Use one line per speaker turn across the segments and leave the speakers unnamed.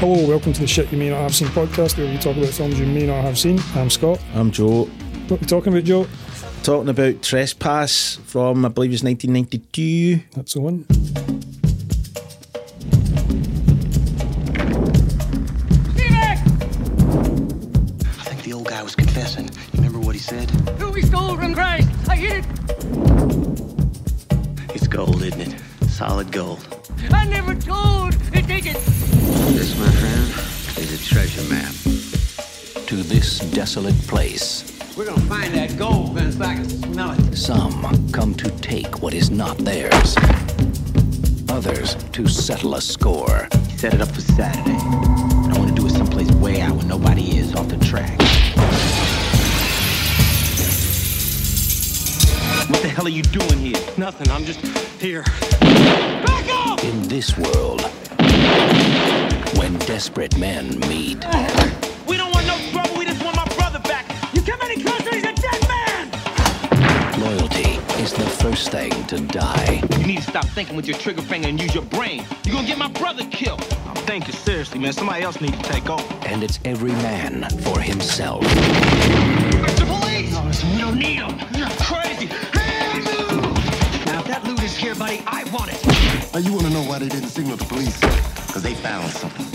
Hello, welcome to the Shit You May Not Have Seen podcast, where we talk about films you may not have seen. I'm Scott.
I'm Joe.
What are we talking about, Joe?
Talking about Trespass from, I believe it's 1992.
That's the one.
I think the old guy was confessing. You remember what he said?
who we stole from Christ. I hit it.
It's gold, isn't it? Solid gold.
I never told. They take it.
This, my friend, is a treasure map.
to this desolate place.
We're gonna find that gold fence I can smell it.
Some come to take what is not theirs, others to settle a score.
Set it up for Saturday. I want to do it someplace way out where nobody is off the track. What the hell are you doing here?
Nothing. I'm just here.
In this world, when desperate men meet,
We don't want no trouble. We just want my brother back. You come any closer, he's a dead man.
loyalty is the first thing to die.
You need to stop thinking with your trigger finger and use your brain. You're gonna get my brother killed. I'm thinking seriously, man. Somebody else needs to take over.
And it's every man for himself.
It's the police. No, listen, we don't need them. You're crazy.
Now, if that loot is here, buddy, I want it.
Now you want to know why they didn't signal the police?
Because they found something.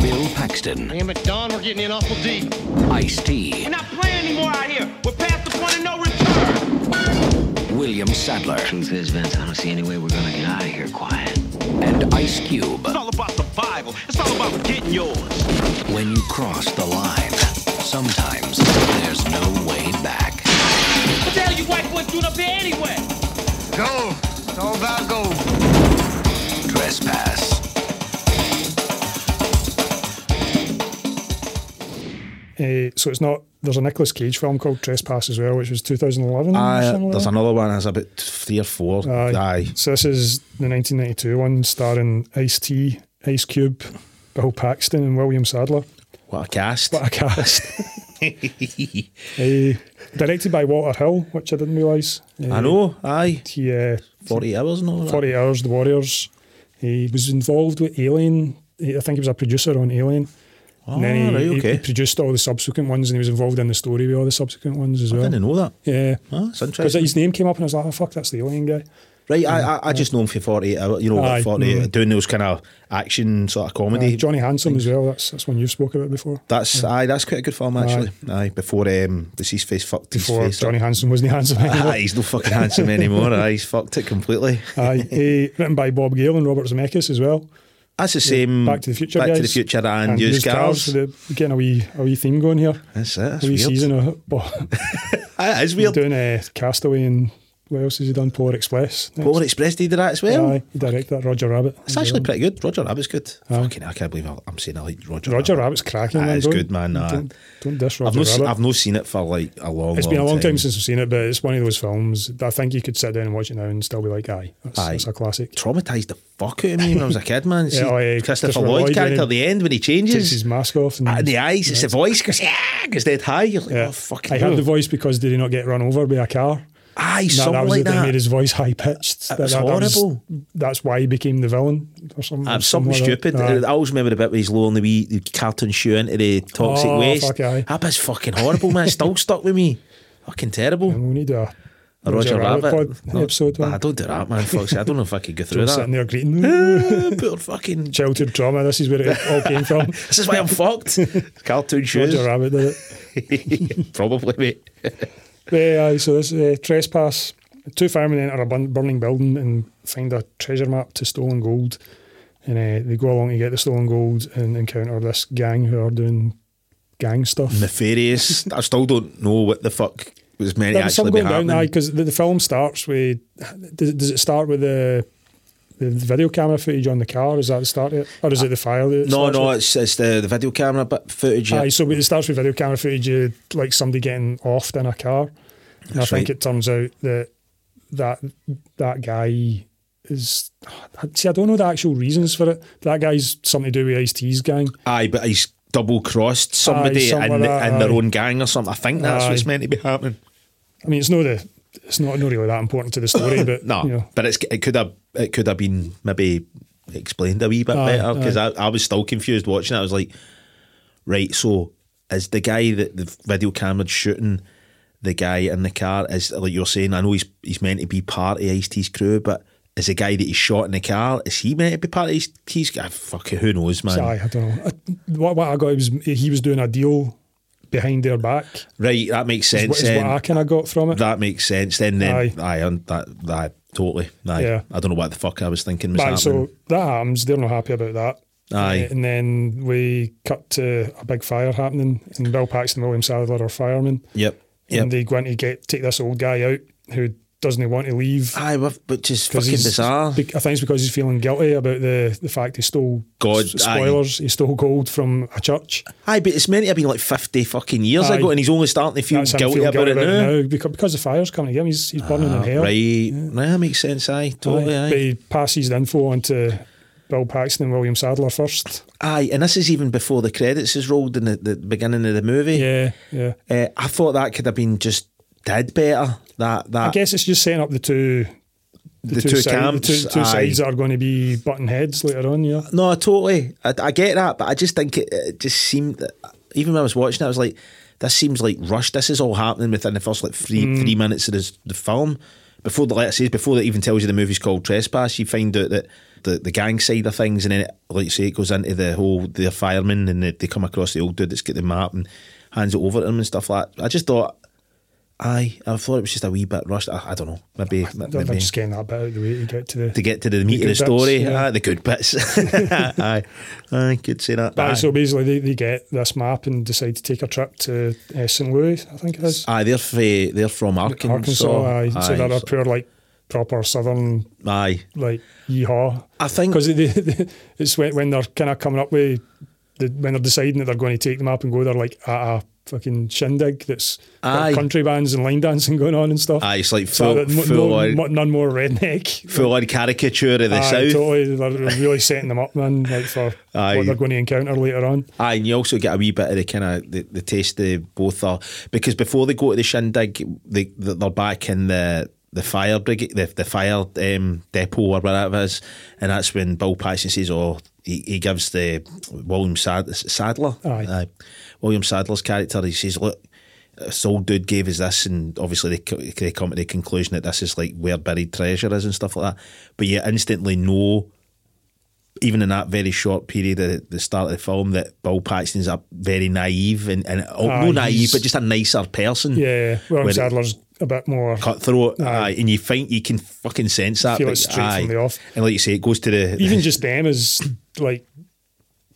Bill Paxton,
Damn it, Don, we're getting in awful deep.
Ice-T,
We're not playing anymore out here. We're past the point of no return.
William Sadler,
Truth is, Vince, I don't see any way we're going to get out of here quiet.
and Ice Cube.
It's all about survival. It's all about getting yours.
When you cross the line, sometimes there's no way back.
What the hell you white boys doing up here anyway?
Gold. It's all about gold.
Trespass.
Uh, so it's not. There's a Nicolas Cage film called Trespass as well, which was 2011. or
Aye,
Oh, something like
Ah, there's
that.
another one, that's about three or four. Aye.
So this is the 1992 one starring Ice T, Ice Cube, Bill Paxton, and William Sadler.
What a cast.
What a cast. Eh, directed by Walter Hill, which I didn't realise. Eh,
I know, aye.
He uh,
40 hours and all that.
40 Hours, The Warriors. He was involved with Alien. He- I think he was a producer on Alien. and then
Ah,
he,
right,
he-
okay.
he produced all the subsequent ones and he was involved in the story with all the subsequent ones as
I
well.
didn't know that.
Yeah.
Ah, that's
Because
interesting.
his name came up and I was like, oh, fuck, that's the Alien guy.
Right, I, I, I just know him for 48 hours, you know,
Aye,
48,
mhm.
doing those kind of action sort of comedy.
Uh, Johnny Handsome as well. That's that's one you've spoken about before.
That's aye, that's quite a good film actually. Aye, before um, deceased face fucked
Before
his face.
Johnny
up.
Handsome wasn't handsome
Aye,
anymore.
he's no fucking handsome anymore. Aye, he's fucked it completely.
Aye. Eh, written by Bob Gale and Robert Zemeckis as well.
That's the same.
Back to the Future
Hmm. Back
guys.
to the Future and, used,
Used
cars.
so they're Getting a wee, a wee theme going here.
That's it. That's
a wee
weird.
season of
Aye, it is weird.
doing uh, Castaway and what else has he done? Polar Express. next.
Polar Express did that as well.
Aye, he directed that Roger Rabbit.
It's actually pretty good. Roger Rabbit's good. Fucking, hell, I can't believe I- I'm saying I like Roger.
Roger
Rabbit.
Rabbit's cracking.
That
man,
is
don't-
good, man, nah.
Don't, don't dish Roger
I've not, seen,
Rabbit.
I've not seen it for like a long.
it's been a long time. since I've seen it, but it's one of those films that I think you could sit down and watch it now and still be like, aye, that's,
Aye.
that's a classic.
Traumatized the fuck out of me when I was a kid, man. See,
oh, yeah,
Christopher,
Christopher Lloyd
Lloyd,
when
character
he
at the end when he
Takes
changes
his mask off and
in the eyes, it's the voice goes yeah, goes dead high. You're like,
Yeah.
oh fucking.
I heard
hell.
the voice because did he not get run over by a car?
Aye,
That,
something
that was
like
the thing made
that.
his voice high pitched.
It was horrible.
that's why he became the villain or something.
Uh, something
like that.
stupid.
Aye.
I always remember the bit where he's lowering the wee the carton shoe into the toxic
Oh,
waste.
fuck aye.
That bit's fucking horrible, man. It's still stuck with me. Fucking terrible.
And we need a
A Roger, Rabbit,
pod
No,
episode.
nah,
one.
don't do that, man. Fuck, I don't know if I could go through
Just sitting
that.
there greeting.
Poor fucking.
Childhood trauma. This is where it all came from.
This is why I'm fucked. Cartoon shoes,
Roger Rabbit did it.
probably, mate.
Yeah, aye, so this uh, trespass. Two firemen enter a bun- burning building and find a treasure map to stolen gold, and uh, they go along to get the stolen gold and encounter this gang who are doing gang stuff.
Nefarious. I still don't know what the fuck was meant to
There was some
actually be
going down
happening.
now because the, the film starts with. Does, does it start with the the video camera footage on the car? Is that the start of it, or is it the file? That it
Uh, no,
starts
no,
with?
it's, it's the, the video camera bit footage. yeah.
Aye, so it starts with video camera footage of like somebody getting offed in a car. And I
That's
think
right.
it turns out that that that guy is see, I don't know the actual reasons for it. That guy's something to do with Ice T's gang.
Aye, but he's double crossed somebody
something
in,
like that,
in their
aye.
own gang or something. I think that's
Aye.
what's meant to be happening.
I mean it's no the it's not not really that important to the story, but
No,
you know,
but it's it could have it could have been maybe explained a wee bit
Aye,
better because I, I was still confused watching. It. I was like, right, so is the guy that the video camera's shooting the guy in the car? Is like you're saying? I know he's he's meant to be part of Ice T's crew, but is the guy that he shot in the car? Is he meant to be part of Ice T's? Ah, fuck it, who knows, man?
So, aye, I don't know. I, what, what I got was he was doing a deal behind their back.
Right, that makes
Is,
sense.
what, is what
then.
I kind of got from it.
that makes sense. Then, then,
Aye.
aye, un- that, aye, totally. Aye,
Yeah.
I don't know what the fuck I was thinking was
Aye,
happening.
so that happens. They're not happy about that.
Aye.
Uh, and then we cut to a big fire happening, and Bill Paxton and William Sadler are firemen.
yep, yep.
And they go in to get take this old guy out who doesn't want to leave.
Aye, wha- which is
because
Ah, fucking bizarre.
be- I think it's because he's feeling guilty about the, the fact he stole
God,
s- spoilers. He stole gold from a church.
Aye, but it's meant to be like 50 fucking years
Aye.
ago, and he's only starting to feel
That's him
guilty
feeling
about, it now. Ah,
because, because the fire's coming to him. He's, he's burning in hell.
Right, nah, that makes sense. Aye, totally.
Aye.
Aye.
But
aye,
he passes the info on to Bill Paxton and William Sadler first.
and this is even before the credits is rolled in the, the beginning of the movie.
Yeah, yeah.
Uh, I thought that could have been just did better. That that
I guess it's just setting up the two
the, two,
sides,
camps,
the two, two
aye.
sides that are going to be button heads later on. Yeah,
No, totally. I, I get that, but I just think it, it just seemed that even when I was watching, it, I was like, "This seems like rushed. This is all happening within the first like three three minutes of this, the film." Before the like I say, before it even tells you the movie's called Trespass, you find out that the, the gang side of things, and then it, like you say, it goes into the whole the firemen, and they, they come across the old dude that's got the map and hands it over to him and stuff like. that. I just thought, aye, I thought it was just a wee bit rushed. I, I don't know, maybe
they're
maybe
just getting that bit out of the way to get to the.
to get to the meat of the
good bits,
story.
yeah.
Aye, the good bits. aye, I could say that.
Aye,
Aye.
so basically, they, they get this map and decide to take a trip to uh, St. Louis, I think it is.
Aye, they're fa- they're from Arkansas.
Arkansas. aye. So they're a
so-
pure, like, proper southern,
aye.
like, yeehaw.
I think
Because they, they, it's when, when they're kind of coming up with, the, when they're deciding that they're going to take them up and go, they're like at a fucking shindig that's got
Aye.
country bands and line dancing going on and stuff.
aye, it's like
So
full
that mo-
full
no,
on
mo- none more redneck.
full on caricature of the
Aye,
south.
totally. They're really setting them up, man, like for
Aye.
what they're going to encounter later on.
Aye, and you also get a wee bit of the kind of the, the taste of both are because before they go to the shindig, they they're back in the the fire brigade, the, the fire um, depot or whatever it is, and that's when Bill Paxton says, "Oh, he, he gives the William Sad- Sadler,
Aye.
William Sadler's character. He says, look." This old dude gave us this, and obviously they, co- they come to the conclusion that this is like where buried treasure is and stuff like that. But you instantly know even in that very short period at the start of the film, that Bill Paxton's a very naive and, and oh,
Aye,
no naive,
Ah, he's-
but just a nicer person.
Yeah,
When
William
it-
Sadler's a bit more.
Cutthroat, aye. and you think you can fucking sense that.
Feel it
but
straight from
aye.
the off.
And like you say, it goes to the
Even just them as like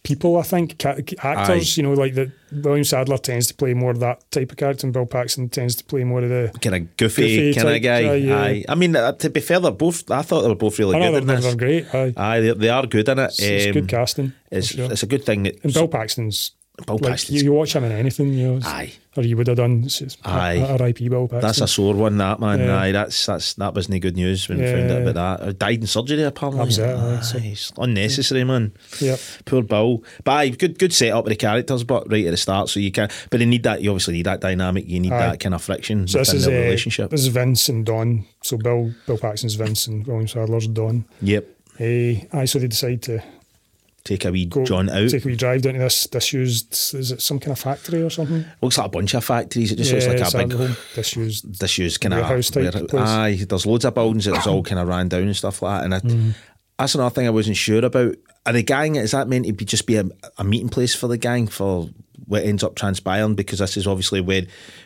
people, I think ca- actors. You know, like that. William Sadler tends to play more of that type of character, and Bill Paxton tends to play more of the.
kind of goofy,
Goofy
kind of
type
guy.
guy, yeah.
Aye, I mean, uh, to be fair, they're both. I thought they were both really
I know
good
they're,
in this.
they're great. Aye.
Aye, they, they are good in it.
It's, it's
Um,
good casting. for
It's,
sure.
it's a good thing that
and Bill Paxton's.
Bill
like,
Paxton's-
You, you watch him in anything, you know. it's-
Aye.
Or you would have done. It's, it's
Aye.
R- R.I.P. Bill Paxton.
That's a sore one, that man.
Yeah.
Aye, that's that's that wasn't good news when we found out
Yeah.
about that. Uh, Died in surgery apparently.
That was it, aye, so-
Aye, it's unnecessary, man.
Yep.
Poor Bill. But aye, good good setup of the characters, but right at the start, so you can. But you need that. You obviously need that dynamic. You need
Aye.
that kind of friction
So this
within
is
the
uh,
relationship.
This is Vince and Don. So Bill Bill Paxton's Vince and William Sadler's Don.
yep.
Hey, aye, so they decide to
Take a wee
go
John out.
Take a wee drive down to this disused. Is it some kind of factory or something?
looks like a bunch of factories. It just looks
it's
like a big
whole disused.
disused kind
Warehouse
of
type place.
Aye, there's loads of buildings that's all kind of ran down and stuff like that. And I,
Mm-hmm.
that's another thing I wasn't sure about. Are the gang? Is that meant to be just be a, a meeting place for the gang for what ends up transpiring? Because this is obviously where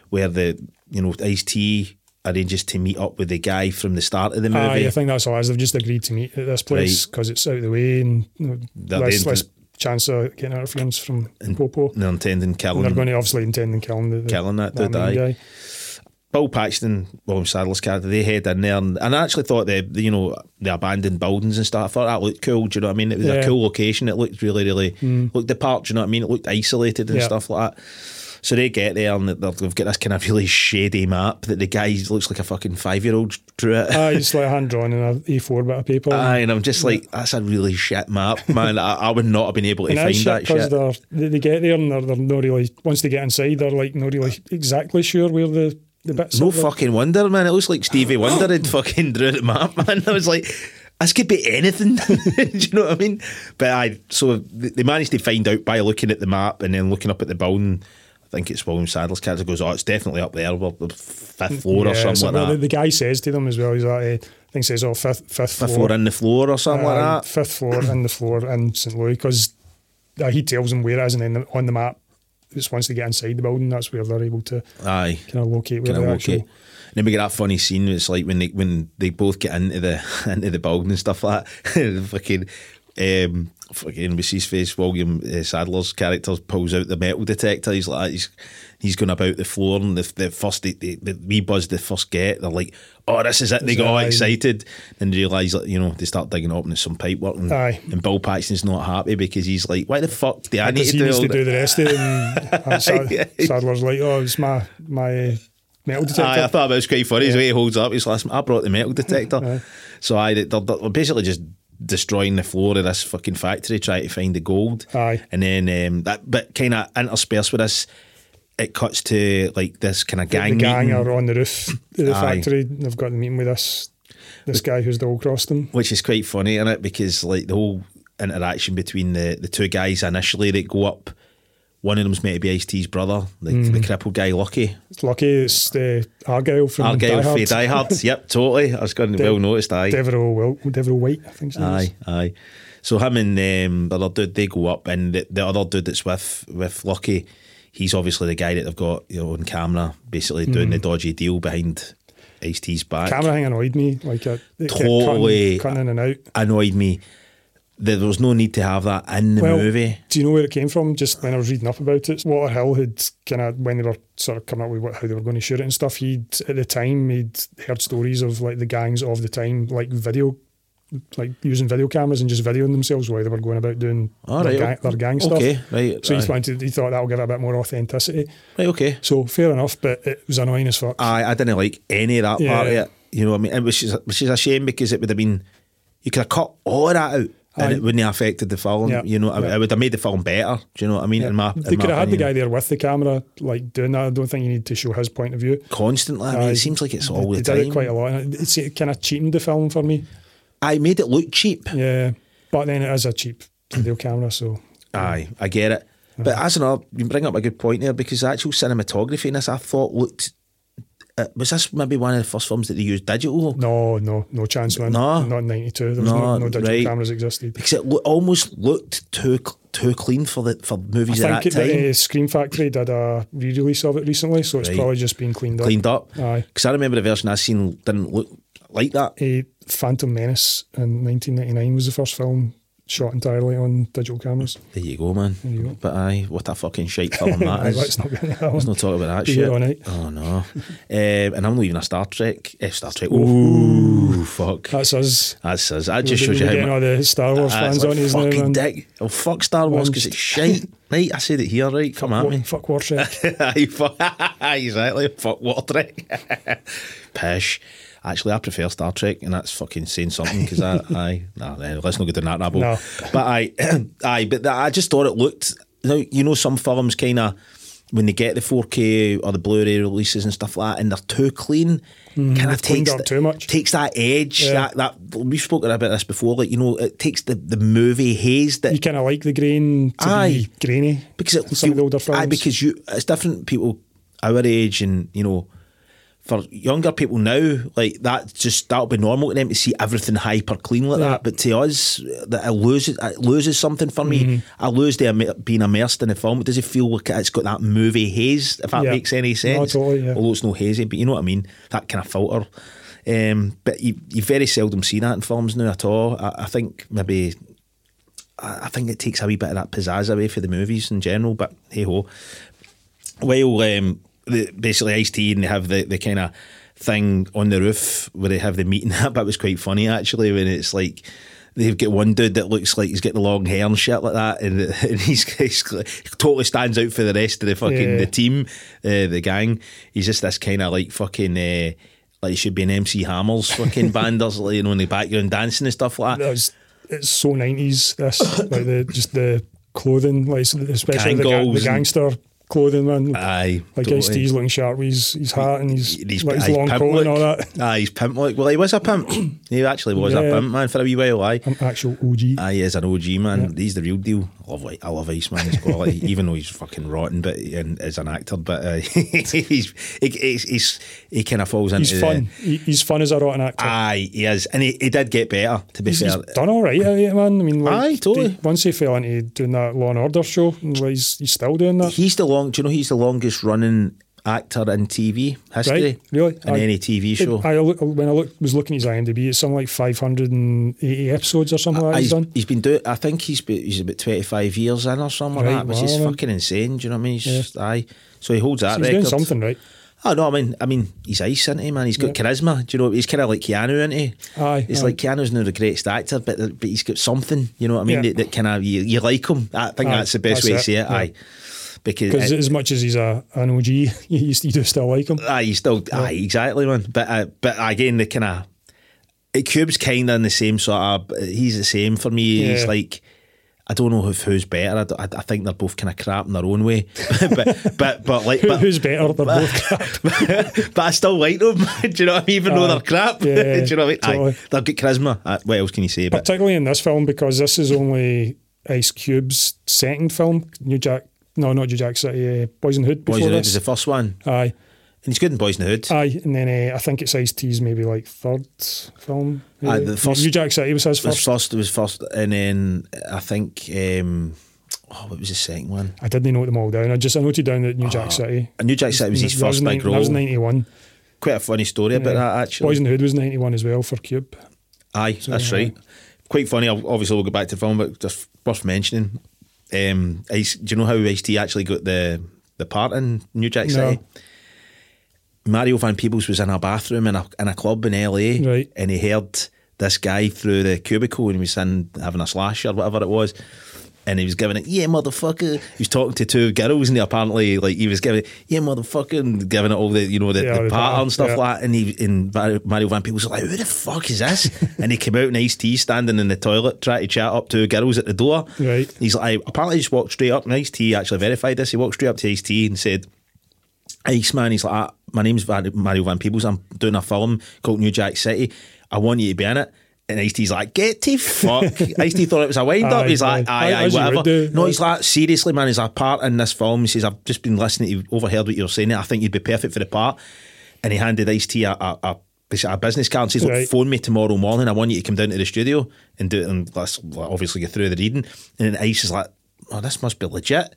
where the you know Ice T arranges to meet up with the guy from the start of the movie.
Aye, I think that's all. As they've just agreed to meet at this place because it's out of the way and you know,
That
less,
they-
less chance of getting interference from Popo.
they're intending killing
And they're going to obviously intend on killing the, the
Killing that dude,
main
aye. Bill Paxton, William Sadler's character, they head in there, and, and I actually thought the, the, you know the abandoned buildings and stuff. I thought that looked cool. Do you know what I mean? It was a
Yeah. Hmm.
cool location. It looked really, really looked the part. Do you know what I mean? It looked isolated and
Yeah.
stuff like that. So they get there and they've they've got this kind of really shady map that the guy looks like a fucking five year old drew it.
Aye, it's like hand drawn in an A4 bit of paper.
Aye, and I'm just like, that's a really shit map, man. I, I would not have been able to
And
find
that's
that
shit
shit.
because they, they get there and they're, they're not really, once they get inside, they're like not really exactly sure where the, the bits
Ah. No
are. Oh,
fucking wonder, man. It looks like Stevie Wonder had fucking drew the map, man. I was like, this could be anything. Do you know what I mean? But I so th- they managed to find out by looking at the map and then looking up at the building. I think it's William Sadler's character goes, "Oh, it's definitely up there, well, the fifth floor or
Yeah,
something
so
like
the,
that."
the guy says to them as well, he's like, eh, I think says, oh, fifth, fifth floor.
fifth floor in the floor or something like
Aye,
that.
Fifth floor in the floor in St Louis because he tells them where it is and then on the map, it's once they get inside the building, that's where they're able to
Aye.
kind of locate where
Can I
the
walk
actual.
it? And then we get that funny scene. where It's like when they when they both get into the into the building and stuff like that. and fucking, um, fucking we see his face. William uh, Sadler's character pulls out the metal detector. He's like he's he's going about the floor and the, the first they, they, the wee buzz they first get, they're like, oh, this is it. They
Is
got all
it?
excited and realise that you know they start digging up and there's some pipe work. And,
Aye.
and Bill Paxton's not happy because he's like, why the fuck do I need
Because
to
he
do,
needs
all
to do
th-
the rest of it. And and
Yeah.
Sad- Sadler's like, oh, it's my, my uh, metal detector.
Aye, I thought it was quite funny. His way he holds up, he's like, I brought the metal detector. so I, they're, they're basically just destroying the floor of this fucking factory, trying to find the gold.
Aye.
And then, um, that, but kind of interspersed with this, it cuts to like this kind of
the
gang,
gang
meeting,
are on the roof of the
Aye.
factory. and They've got the meeting with this this guy who's double crossed them.
which is quite funny in it because like the whole interaction between the, the two guys initially that go up. One of them's meant to be Ice T's brother, the,
Mm.
the crippled guy, Lucky.
It's lucky it's the Argyle from Die
Argyle
Hard.
from Die Hard. yep, totally. I was going to well noticed. Aye.
Devereaux, Wil- Devereaux White, I think. his name is.
Aye, aye. So him and um, the other dude, they go up, and the, the other dude that's with with Lucky, he's obviously the guy that they've got you know, on camera, basically doing the dodgy deal behind Ice T's back.
Hmm. Camera hang annoyed me. Like it, it kept
Totally.
cutting, cutting in and out.
annoyed me. There there was no need to have that in the
Well,
movie.
do you know where it came from? Just when I was reading up about it, Walter Hill had kind of when they were sort of coming up with what, how they were going to shoot it and stuff. He'd at the time he'd heard stories of like the gangs of the time, like video, like using video cameras and just videoing themselves while they were going about doing
All
their,
right,
gang, their gang stuff.
okay, right,
So he
aye.
wanted, he thought that'll give it a bit more authenticity.
Right, okay.
So fair enough, but it was annoying as fuck.
I I didn't like any of that part of
Yeah.
it. You know what I mean? And Which is which is a shame because it would have been you could have cut all of that out.
Aye.
And it wouldn't have affected the film,
Yeah,
you know.
yeah.
It would have made the film better. Do you know what I mean? In my, in
they
my
could have had the
opinion.
guy there with the camera, like doing that. I don't think you need to show his point of view.
constantly. I mean,
Aye,
it seems like it's
they-
all
they
the
did
time.
it quite a lot. and It's it kind of cheapened the film for me.
I made it look cheap.
Yeah, but then it is a cheap video camera, so
Aye, I get it. But as another, you bring up a good point there because the actual cinematography in this, I thought looked. Uh, was this maybe one of the first films that they used digital?
no, no, no chance, man.
No.
not in '92. There was no,
No,
no digital
right.
cameras existed.
Because it lo- almost looked too cl- too clean for the for
I
movies at
think
that time.
the uh, Screen Factory did a re-release of it recently, so it's
Right.
probably just been cleaned up.
Cleaned up.
Aye.
Because I remember the version I seen didn't look like that.
A Phantom Menace in 1999 was the first film shot entirely on digital cameras.
There you go, man.
you go.
But aye, what a fucking shite film that is.
Let's not get into that
Let's
one.
not talk about that
Be
shit.
here all night.
Oh no. um, and I'm not even a Star Trek. Eh, Star Trek. Ooh, fuck.
That's us.
That's us. That just
We're
shows you how
getting
much.
all the Star Wars
Ah,
fans
it's like
on his now,
fucking
man.
dick. Oh, fuck Star Wars
Fans.
because it's shite. right, I said it here, right? Come at
Wa-
me.
Fuck War Trek.
Aye, fuck- exactly. Fuck Water Trek. Pish. Actually, I prefer Star Trek, and that's fucking saying something because I, I, nah, then let's not get down that rabbit.
No.
But I, I, but that, I just thought it looked. Now you know some films kind of when they get the 4K or the Blu-ray releases and stuff like that, and they're too clean.
Mm-hmm.
kind of
cleaned
takes
up
the-
too much.
Takes that edge.
Yeah.
That that we've spoken about this before. Like you know, it takes the the movie haze that
You kind of like the grain to
Aye.
be grainy
because it,
in some of the older
aye,
films.
because you it's different people our age and you know for younger people now like that just that'll be normal to them to see everything hyper clean like
Yeah.
that but to us that it loses it loses something for
Mm-hmm.
me I lose the immer- being immersed in the film it doesn't feel like it's got that movie haze if that
Yeah.
makes any
No,
sense
totally, yeah.
although it's no hazy but you know what I mean that kind of filter um, but you, you very seldom see that in films now at all I, I think maybe I I think it takes a wee bit of that pizzazz away for the movies in general, but hey ho. While um, the, basically Ice T and they have the, the kind of thing on the roof where they have the meeting, that bit was quite funny actually. When it's like they've got one dude that looks like he's got the long hair and shit like that, and, and he's, he's totally stands out for the rest of the fucking
Yeah.
the team, uh, the gang. He's just this kind of like fucking. Uh, like it should be an MC Hammer's fucking banders, like, you know, in the background dancing and stuff like that.
That was- it's so nineties. This like the just the clothing, like so- especially
Gang
the, ga- the
goals and-
gangster clothing, man.
Aye,
like
totally.
Ice T's looking sharp with his, his hat and his,
And he's,
like, his
aye,
long
pimp
coat and all
look.
that.
Aye, he's pimp look. Well, he was a pimp. he actually was a
Yeah.
pimp man for a wee while. Aye,
An actual OG.
aye, he is an OG man. He's the real deal. Love, I love Iceman. He's quality, even though he's fucking rotten, but and as an actor, but uh, he's, he, he's, he's he kind of falls into.
he's fun.
The,
He, he's fun as a rotten actor.
aye, he is, and he, he did get better. To be
He's, he's
fair,
done all right, out of it, man. I mean, like,
Aye, totally.
d- once he fell into doing that Law and Order show, and, like, he's, he's still doing that.
He's the long. Do you know he's the longest running actor in TV history?
Right, really?
In
Aye.
any TV show.
I, look, when I look, was looking at his IMDb, it's something like 580 episodes or something like that he's
Ah, he's,
done.
he's been doing. I think he's be- he's about twenty five years in or something
Right,
like that, which is
wow, man.
fucking insane. Do you know what I mean? He's just- aye. So he holds that
He's
record.
doing something right.
Oh no, I mean, I mean, he's ice, isn't he, man? He's got charisma. Do you know? He's kind of like Keanu, isn't he?
Aye,
It's
aye.
like Keanu's not the greatest actor, but but he's got something. You know what I mean?
Yeah.
That, that kind of you, you like him. I think
Aye,
that's the best
that's
way
it,
to say it.
yeah.
Aye, because
Because
it-
as much as he's a, an OG, you, you do still like him.
Aye, Ah, you still aye, exactly, man. But uh, but again, the kind of Cube's kind of in the same sort of. He's the same for me. He's
Yeah.
like. I don't know if who's better. I d- I, I think they're both kind of crap in their own way, but but but like
Who-
but,
Who's better? They're both crap.
but I still like them. Do you know what I mean? Even though
Aye.
they're crap,
Yeah,
do you know what I mean?
totally.
Aye, they've got charisma. Uh, what else can you say? But
particularly in this film because this is only Ice Cube's second film. New Jack, no, not New Jack City, uh, Boys in the Hood. Before
Boys in the Hood
this.
is the first one, and
Aye,
he's good in Boys in the Hood.
aye, and then uh, I think it's Ice T's maybe like third film.
Aye, the
Uh,
first-
New Jack City was his
It was
first.
first, it was first, and then I think um, oh, what was the second one?
I didn't note them all down. I just I noted down that New Jack City.
I knew Jack Ah. City was his
that was
first big
nine- That was
role.
ninety one.
quite a funny story about that
Boys
actually.
in the Hood was ninety one as well for Cube.
Aye, that's
aye.
right. Quite funny. Ob- Obviously, we'll go back to the film, but just worth mentioning. Um, Ice, do you know how Ice T actually got the the part in New Jack
No.
City? Mario Van Peebles was in a bathroom in a, in a club in LA,
Right.
and he heard this guy through the cubicle and he was in having a slash or whatever it was. And he was giving it, yeah, motherfucker. He was talking to two girls, and he apparently, like, he was giving it, yeah, motherfucker, and giving it all the, you know, the,
Yeah,
the
the
pattern
pattern,
stuff
yeah.
like that. And he and Mario Mario Van Peebles was like, "Who the fuck is this?" and he came out in Ice T standing in the toilet, trying to chat up to girls at the door.
Right.
He's like, I apparently just walked straight up. And Ice T actually verified this. He walked straight up to Ice T and said, "Ice man," he's like, "Ah, "My name's Van- Mario Van Peebles. I'm doing a film called New Jack City. I want you to be in it." And Ice T's like, get to fuck. Ice T thought it was a wind up.
Aye,
He's like,
aye.
aye, aye,
As you would
whatever.
do.
No, he's like, seriously, man, he's a part in this film. He says, I've just been listening to, overheard what you're saying. I think you'd be perfect for the part. And he handed Ice T a, a, a, basically a business card and says, Look,
Right.
phone me tomorrow morning. I want you to come down to the studio and do it. And let's obviously get through the reading. And then Ice is like, oh, this must be legit.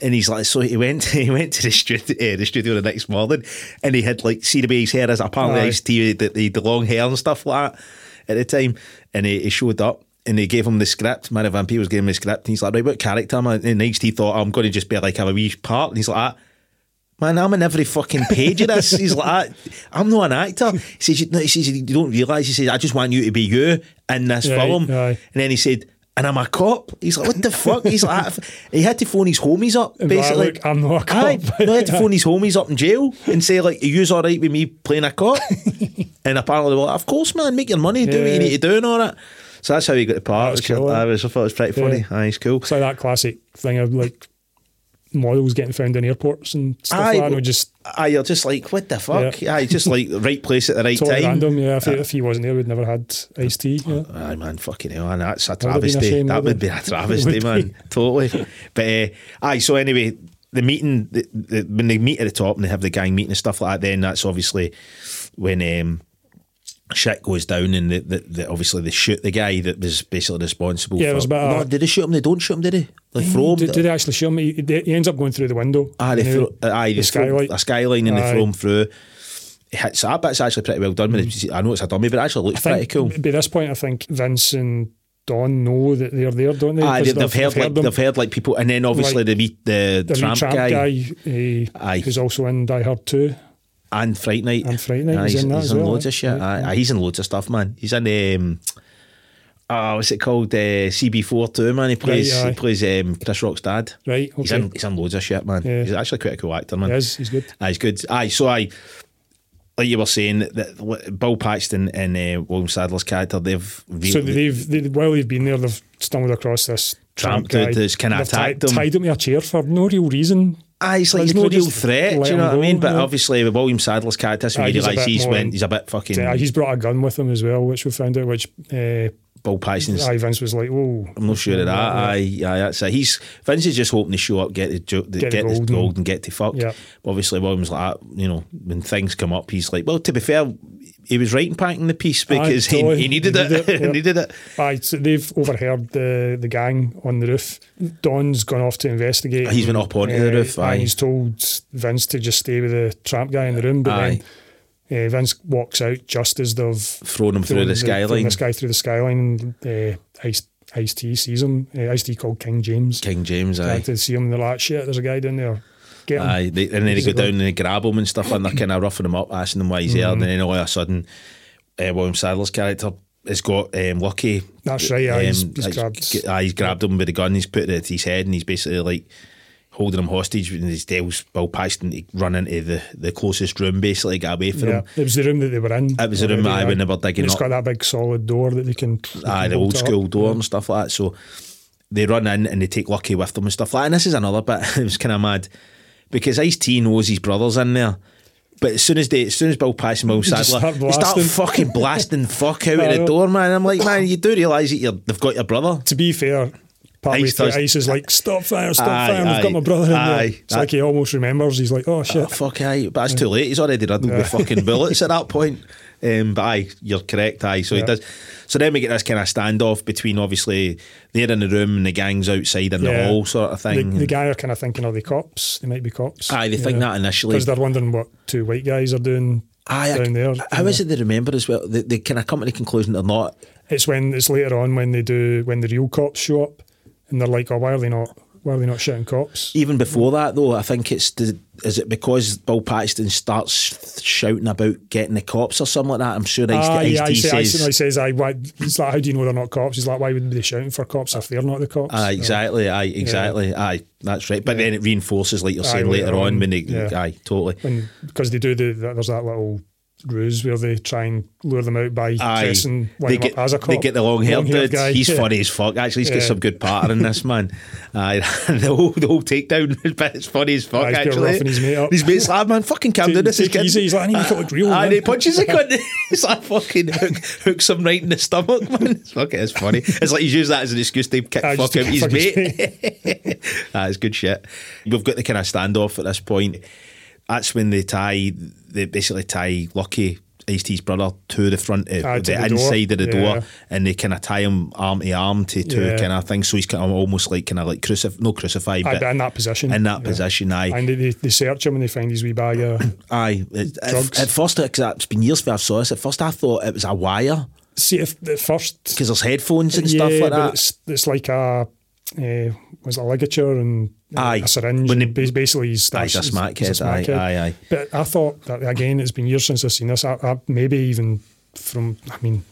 And he's like, so he went. He went to the studio, uh, the studio the next morning, and he had like see the way his hair is. Apparently,
Aye.
Ice T the, the, the long hair and stuff like that at the time. And he, he showed up, and they gave him the script. Mario Van Peebles gave him the script, and he's like, right, what character am I? And Ice T thought, I'm going to just be like have a wee part, and he's like. "Ah, Man, I'm in every fucking page of this. He's like, "I- I'm not an actor. He says, you, no, he says, you don't realise. He says, I just want you to be you in this
Right,
film.
aye.
And then he said, and I'm a cop. He's like, what the fuck? He's like, "I- he had to phone his homies up,
And be like,
basically.
"Look, I'm not a
Aye,
cop."
no, he had to phone his homies up in jail and say, like, are yous all right with me playing a cop? and apparently, well, of course, man, make your money, do what you
Yeah.
need to do and all that. So that's how he got the part.
That's
which I-
cool, eh?
I, was, I thought it was pretty
Yeah.
funny. Aye, it's cool.
It's like that classic thing of like models getting found in airports and stuff
Aye,
like that.
well,
And just
Aye, you're just like, what the fuck? Aye, just like the right place at the right
totally
time. Uh,
random. Yeah, if, he, if he wasn't there, we'd never had Ice T. Yeah.
Aye, man, fucking hell, and that's a
would have been a
travesty.
shame,
that would
wouldn't
be
it?
a
It
travesty,
would
man.
be.
Totally. But uh, aye, so anyway, the meeting, the, the, when they meet at the top and they have the gang meeting and stuff like that, then that's obviously when um, shit goes down and the, the, the, obviously they shoot the guy that was basically responsible.
Yeah, it
for,
was about
No,
a- Eh,
did they shoot him? They don't shoot him, did they? They throw him.
Did, did they actually show him? He, he ends up going through the window.
Aye, Ah, they
You know,
throw, uh, aye, they
the
throw
skylight.
a skyline and they
Aye.
throw him through. It Hits that bit's actually pretty well done. when it's- I know it's a dummy, but it actually looks
I
pretty
think
cool.
By this point, I think Vince and Don know that they're there, don't they?
Aye,
Because
Ah, they've, they've heard like
them.
they've heard like people, and then obviously
Like,
they meet the,
The wee
tramp,
tramp
guy,
guy, eh,
Aye.
who's also in Die Hard 2.
and Fright Night.
And Fright Night, he's in that as well,
loads
eh?
of shit. Aye, aye, he's in loads of stuff, man. He's in um, oh, what's it called? Uh, CB4 too, man. He plays
aye.
he plays um, Chris Rock's dad.
Right,
He's
okay.
in he's in loads of shit, man.
Yeah.
He's actually quite a cool actor, man.
He is, he's good.
Aye, he's good. Aye, so I. Like you were saying, that that Bill Paxton and uh, William Sadler's character, they've re-
So they've, they, while they've been there, they've stumbled across this tramp,
Tramp dude
guy.
that's kinda
They've ti-
attacked him.
Tied him to a chair for no real reason.
Ah, he's like
There's
he's
no
no real
just
threat.
let
Do you
him
know what I
go,
mean? But
yeah.
obviously, with William Sadler's character,
Ah,
we
he's a
realise
bit
he's
more-
went. He's a bit fucking.
Yeah, uh, he's brought a gun with him as well, which we found out. Which uh,
Bill Paxton's.
aye, Vince was like, "Whoa,
I'm not sure of that.
Ah, Yeah, yeah.
Aye, aye, that's it. He's Vince is just hoping to show up, get the ju- the,
Get
get,
the
this
gold and-
gold and get to fuck.
Yeah.
Obviously, William's like that. You know, when things come up, he's like, well, to be fair, he was right in packing the piece because
totally.
he, he needed
He
it.
needed it,
he
yeah.
needed it.
Aye, so they've overheard the the gang on the roof. Don's gone off to investigate. Uh,
He's went up onto the roof, aye.
And he's told Vince to just stay with the tramp guy in the room. But then uh, Vince walks out just as they've
Thrown him through
thrown
the skyline.
This guy through the skyline. And, uh, Ice Ice T sees him. Uh, Ice T called King James.
King James,
Back
aye.
to see him. and They're like, shit. There's a guy down there. Get him.
Aye, they, and then they
He's
go
like-
down and they grab him and stuff, and they're kind of roughing him up, asking him why he's there. And then all of a sudden, uh, William Sadler's character has got um, Lucky. Um,
That's right, aye, he's- he's
like,
grabbed-
g- aye, he's grabbed him with a gun. He's put it at his head, and he's basically like holding him hostage. And he tells Bill Paxton to run into the, the closest room, basically get away from
Yeah,
him.
it was the room that they were in.
It was the room, aye,
I
when they were digging
It's
up.
got that big solid door that they can. they
aye,
can
Ah, the
bolt
old
it up. Mm.
school door and stuff like that. So they run in and they take Lucky with them and stuff like that. And this is another bit it was kind of mad because Ice T knows his brother's in there. But as soon as they, as soon as Bill Paxton Will
just
Sadler,
start
they start
blasting.
fucking blasting fuck out
I
of the
know.
door, man. I'm like, man, you do realise that you're, they've got your brother.
to be fair, partly
Ice
ice, through,
does-
ice is like, stop fire, stop
Aye,
fire, I've got
aye,
my brother in
aye.
there. It's
That-
like he almost remembers. He's like, oh
Oh,
shit.
fuck aye, but it's too late. He's already riddled with fucking bullets at that point. Um, but aye, you're correct. Aye, so he
Yeah.
does. So then we get this kind of standoff between obviously they're in the room and the gang's outside in the
Yeah.
hall, sort of
The,
thing.
the
And-
guy are kind of thinking, are they cops? They might be cops.
Aye, they think that initially.
Because they're wondering what two white guys are doing
Aye, I-
down there.
How is it they remember as well? They, they kind of come to the conclusion they're not.
It's when it's later on when they do when the real cops show up and they're like, oh, why are they not? Why are they not shouting cops?
Even before that, though, I think it's the, is it because Bill Paxton starts sh- shouting about getting the cops or something like that? I'm sure Ice,
Aye,
Ice
Ah, yeah, I
T
say, I
says.
say, I says, aye, why, it's like, how do you know they're not cops? He's like, why would they be shouting for cops if they're not the cops?
Aye,
You know?
exactly. Aye, exactly. Aye, that's right. But then it reinforces, like you're saying
Aye,
later,
later
on,
on,
when they,
yeah.
aye, totally.
when because they do the there's that little ruse where they try and lure them out by
Aye,
dressing one
they
of them
get,
up as a cop.
they get the long haired
Long-haired
dude. He's
Yeah.
funny as fuck. Actually, he's got
Yeah.
some good patter in this man. Aye, and the whole the whole takedown bit is funny as fuck.
Aye, he's got
actually,
roughing his mate up.
His mate's like, "Ah, man, fucking calm
Take-
down. This is
take it
good.
easy. He's like, I need to look real,
Aye,
man.
and he punches a cunt. It's like fucking hook, hooks him right in the stomach, man. It's fucking, it's funny. It's like he's used that as an excuse to kick
Aye, just
fuck out
to
his
fuck his
mate. That's good shit. We've got the kind of standoff at this point. That's when they tie, they basically tie Lucky, Ice T's brother, to the front of
Ah,
the,
to the door.
inside of the
Yeah.
door, and they kind of tie him arm to arm to two
Yeah.
kind of things. So he's kind of almost like kind of like crucified, no crucified,
Aye,
but
but in that position.
in that
Yeah.
position. Aye,
And they- they, they search him and they find his wee bag. Of,
aye. It- At,
Drugs.
at first, because it's been years since I saw this. At first, I thought it was a wire
see if at first
because there's headphones and
yeah,
stuff like
but
that.
It's, it's like a uh, was it a ligature and uh,
Aye.
a syringe.
When
When
they-
basically, he's
Aye, he's a
that's-
smackhead,
he's a
aye,
smackhead.
aye, aye.
But I thought that again, it's been years since I've seen this. I, I maybe even from I mean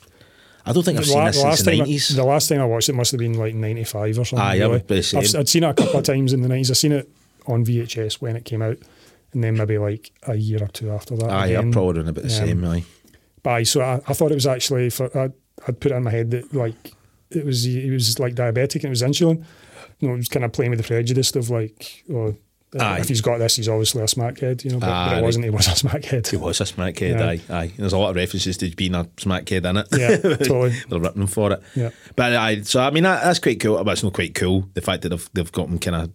I don't think I've
The
seen
la-
this since the
time I,
nineties.
the last time I watched it must have been like 95 or something.
Aye, I would be the
really.
same.
I've, I'd seen it a couple of times in the 90s. I've seen it on VHS when it came out, and then maybe like a year or two after that.
Aye, I'm
again.
probably doing a bit the
Um,
same. Aye.
Aye, so I, I thought it was actually, for, I, I'd put it in my head that like it was, he was like diabetic and it was insulin. You know, it was kind of playing with the prejudice of like, oh,
Aye.
if he's got this, he's obviously a smackhead, you know, but,
Ah,
but
right.
it wasn't, he was a smackhead.
He was a smackhead,
Yeah.
aye, aye. There's a lot of references to being a smackhead in it.
Yeah, totally.
They're ripping him for it.
Yeah.
But aye, so I mean that, that's quite cool. But it's not quite cool. The fact that they've they've got him kind of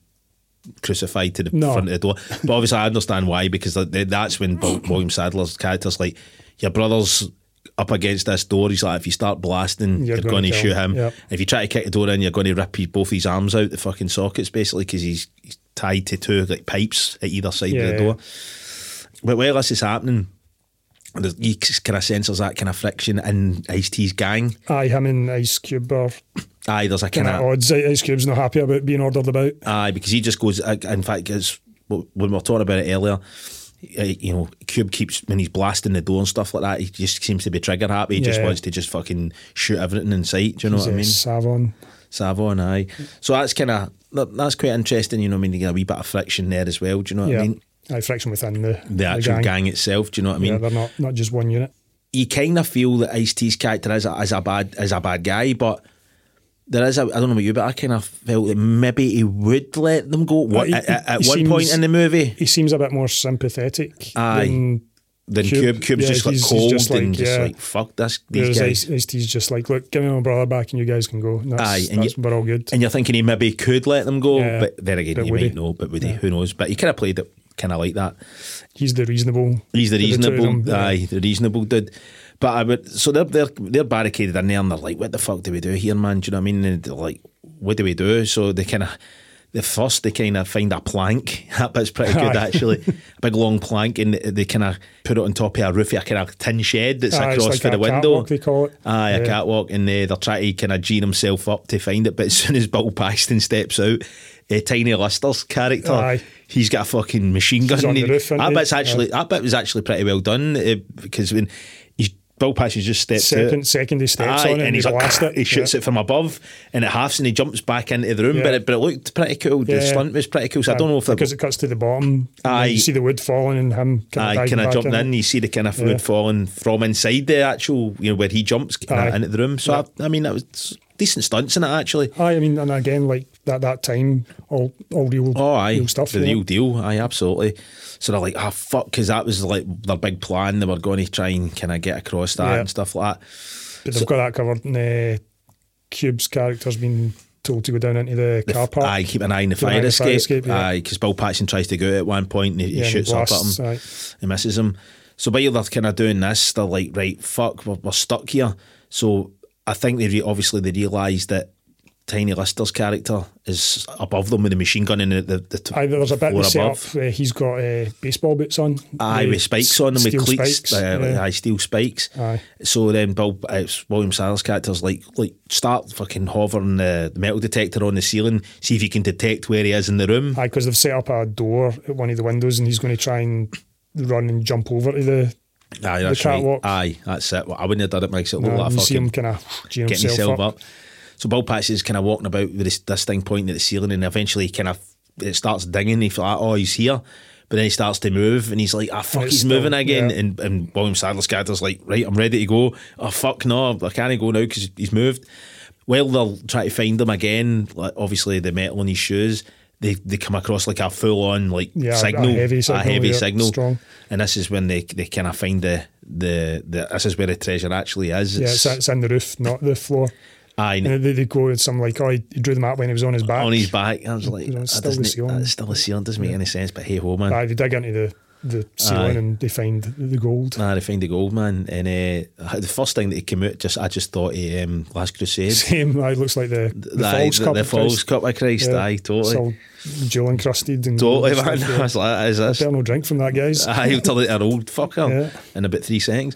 crucified to the
No.
front of the door. But obviously I understand why because th- th- that's when Bill, William Sadler's character's like, your brother's up against this door. He's like, if you start blasting, you're,
You're
going
gonna
to
kill
shoot him.
him. Yep.
If you try to kick the door in, you're going to rip his, both his arms out the fucking sockets basically because he's, he's tied to two like pipes at either side of the
Yeah.
door. But while this is happening, there's- you kind of sense there's that kind of friction in Ice T's gang.
Aye, him and Ice Cube are
Aye, there's a kind
kind of
of
odds. Ice Cube's not happy about being ordered about.
aye because he just goes. uh, In fact, it's when we were talking about it earlier. uh, You know, Cube keeps when he's blasting the door and stuff like that. He just seems to be trigger happy. He just
Yeah.
wants to just fucking shoot everything in sight. Do you know
He's,
what I
uh,
mean?
Savon.
Savon, aye. So that's kind of that, that's quite interesting. You know, what I mean, you get a wee bit of friction there as well. Do you know what
yeah.
I mean?
Aye, friction within the,
The actual gang. itself. Do you know what I mean?
yeah, they're not not just one unit.
you kind of feel that Ice T's character is a, is a bad is a bad guy, but there is. A, I don't know about you, but I kind of felt that maybe he would let them go. What,
he-
at at- at
he
one
seems-
point in the movie,
He seems a bit more sympathetic.
Aye.
than
then
Cube-
Cube, Cube's
yeah,
just like
he's- he's
cold
just like,
and just
yeah.
like fuck this these
Whereas
guys.
Ice, Ice T's just like, look, give me my brother back and you guys can go. And that's,
Aye, and
that's,
you-
we're all good.
And you're thinking he maybe could let them go,
Yeah.
but then again,
But
you
would
might
he?
know. But would he? Who knows? But he kind of played it kind of like that.
He's the reasonable.
He's the
two of
reasonable,
them, yeah.
aye, the reasonable dude. But I would, so they're they're they're barricaded in there, and they're like, "What the fuck do we do here, man?" Do you know what I mean? And they're like, "What do we do?" So they kind of, they first they kind of find a plank. That bit's pretty good
Aye.
actually, a big long plank, and they, they kind of put it on top of a roof, of a kind of tin shed that's
Aye, it's
across
like
for
a
the window.
catwalk, they call it.
Aye, a
Yeah.
catwalk, and uh, they're trying to kind of gene himself up to find it. But as soon as Bill Paxton steps out, uh, Tiny Lister's character,
Aye.
he's got a fucking machine gun.
He's on the roof, isn't
that
he?
bit's
Aye.
actually that bit was actually pretty well done uh, because when he's Bill Paxton just steps
Second,
out.
second he steps
Aye,
on it and he
he's like,
blasts it.
he shoots
Yeah.
it from above and it halves and he jumps back into the room.
Yeah.
But, it, but it looked pretty cool. The
Yeah.
stunt was pretty cool. So I don't know if
because
they're
it cuts to the bottom. and
Aye.
you see the wood falling and him kind
Aye,
of
kind of jumping in.
in.
You see the kind of food
Yeah.
falling from inside the actual, you know, where he jumps kinda
Aye.
into the room. So I, I mean, that was decent stunts in it actually.
Aye, I mean, and again, like at that time, all all real,
Oh, aye,
real stuff.
the
you know?
real deal. Aye, absolutely. So they're like, ah, fuck, because that was like their big plan. They were going to try and kind of get across that
Yeah.
and stuff like that.
But they've got that covered. And uh, Cube's character's been told to go down into the, car park.
Aye, keep an eye on the
Keep an eye
fire
on the
escape.
fire escape, yeah.
Aye, because Bill Paxton tries to go out at one point and he, he
Yeah, and uh, he
shoots up
blasts,
at him.
aye.
He misses him. So while they're kind of doing this, they're like, right, fuck, we're, we're stuck here. So I think they re- obviously they realise that Tiny Lister's character is above them with a machine gun in the, the, the t-
Aye, there's a bit
floor
they set
above.
up. Uh, he's got uh, baseball boots on.
Aye,
Uh,
with spikes on them, with
steel
cleats.
spikes,
uh,
yeah.
Aye, steel spikes.
Aye.
So then Bill, it's William Sadler's character's like, like start fucking hovering the, the metal detector on the ceiling, see if you can detect where he is in the room.
Aye, because they've set up a door at one of the windows, and he's going to try and run and jump over to the.
Aye, that's right.
catwalk.
Aye, that's it. Well, I wouldn't have done it myself. Look
No,
like a
you see him
Oh, fucking
kind of getting
getting
himself, up.
So Bill Paxton's kind of walking about with this, this thing pointing at the ceiling, and eventually he kind of it starts dinging. He's like, "Oh, he's here," but then he starts to move, and he's like, "Ah, fuck,
it's
he's
still-
moving again."
yeah.
And, and William Sadler's character's like, "Right, I'm ready to go." Oh fuck, no, I can't go now because he's moved. Well, they'll try to find him again. Like obviously the metal on his shoes. They, they come across like a full on like
Yeah, a- a
signal,
heavy signal,
heavy
yeah,
signal.
strong.
and this is when they they kind of find the, the the this is where the treasure actually is.
Yeah, it's, it's in the roof, not the floor.
aye,
And they, they go with some like, oh, he drew the map when he was on his back.
on his back. I was like,
You know,
that
it's still the
doesn't-
ceiling.
that's still a ceiling. Doesn't make any sense. But hey ho, man.
Aye, they dig into the, the ceiling
Aye.
and they find the gold.
Nah, they find the gold, man. And uh, the first thing that he came out, just I just thought eh, um, Last Crusade.
Same, aye, looks like the, the,
Aye,
Falls
the-
Cup.
the
of
Falls
Christ.
Cup of Christ, aye, totally.
It's all jewel encrusted and
Totally,
stuff,
man.
yeah.
I was like, that is this?
Eternal drink from that, guys.
Aye, he'll tell it an old fucker
Yeah.
in about three seconds.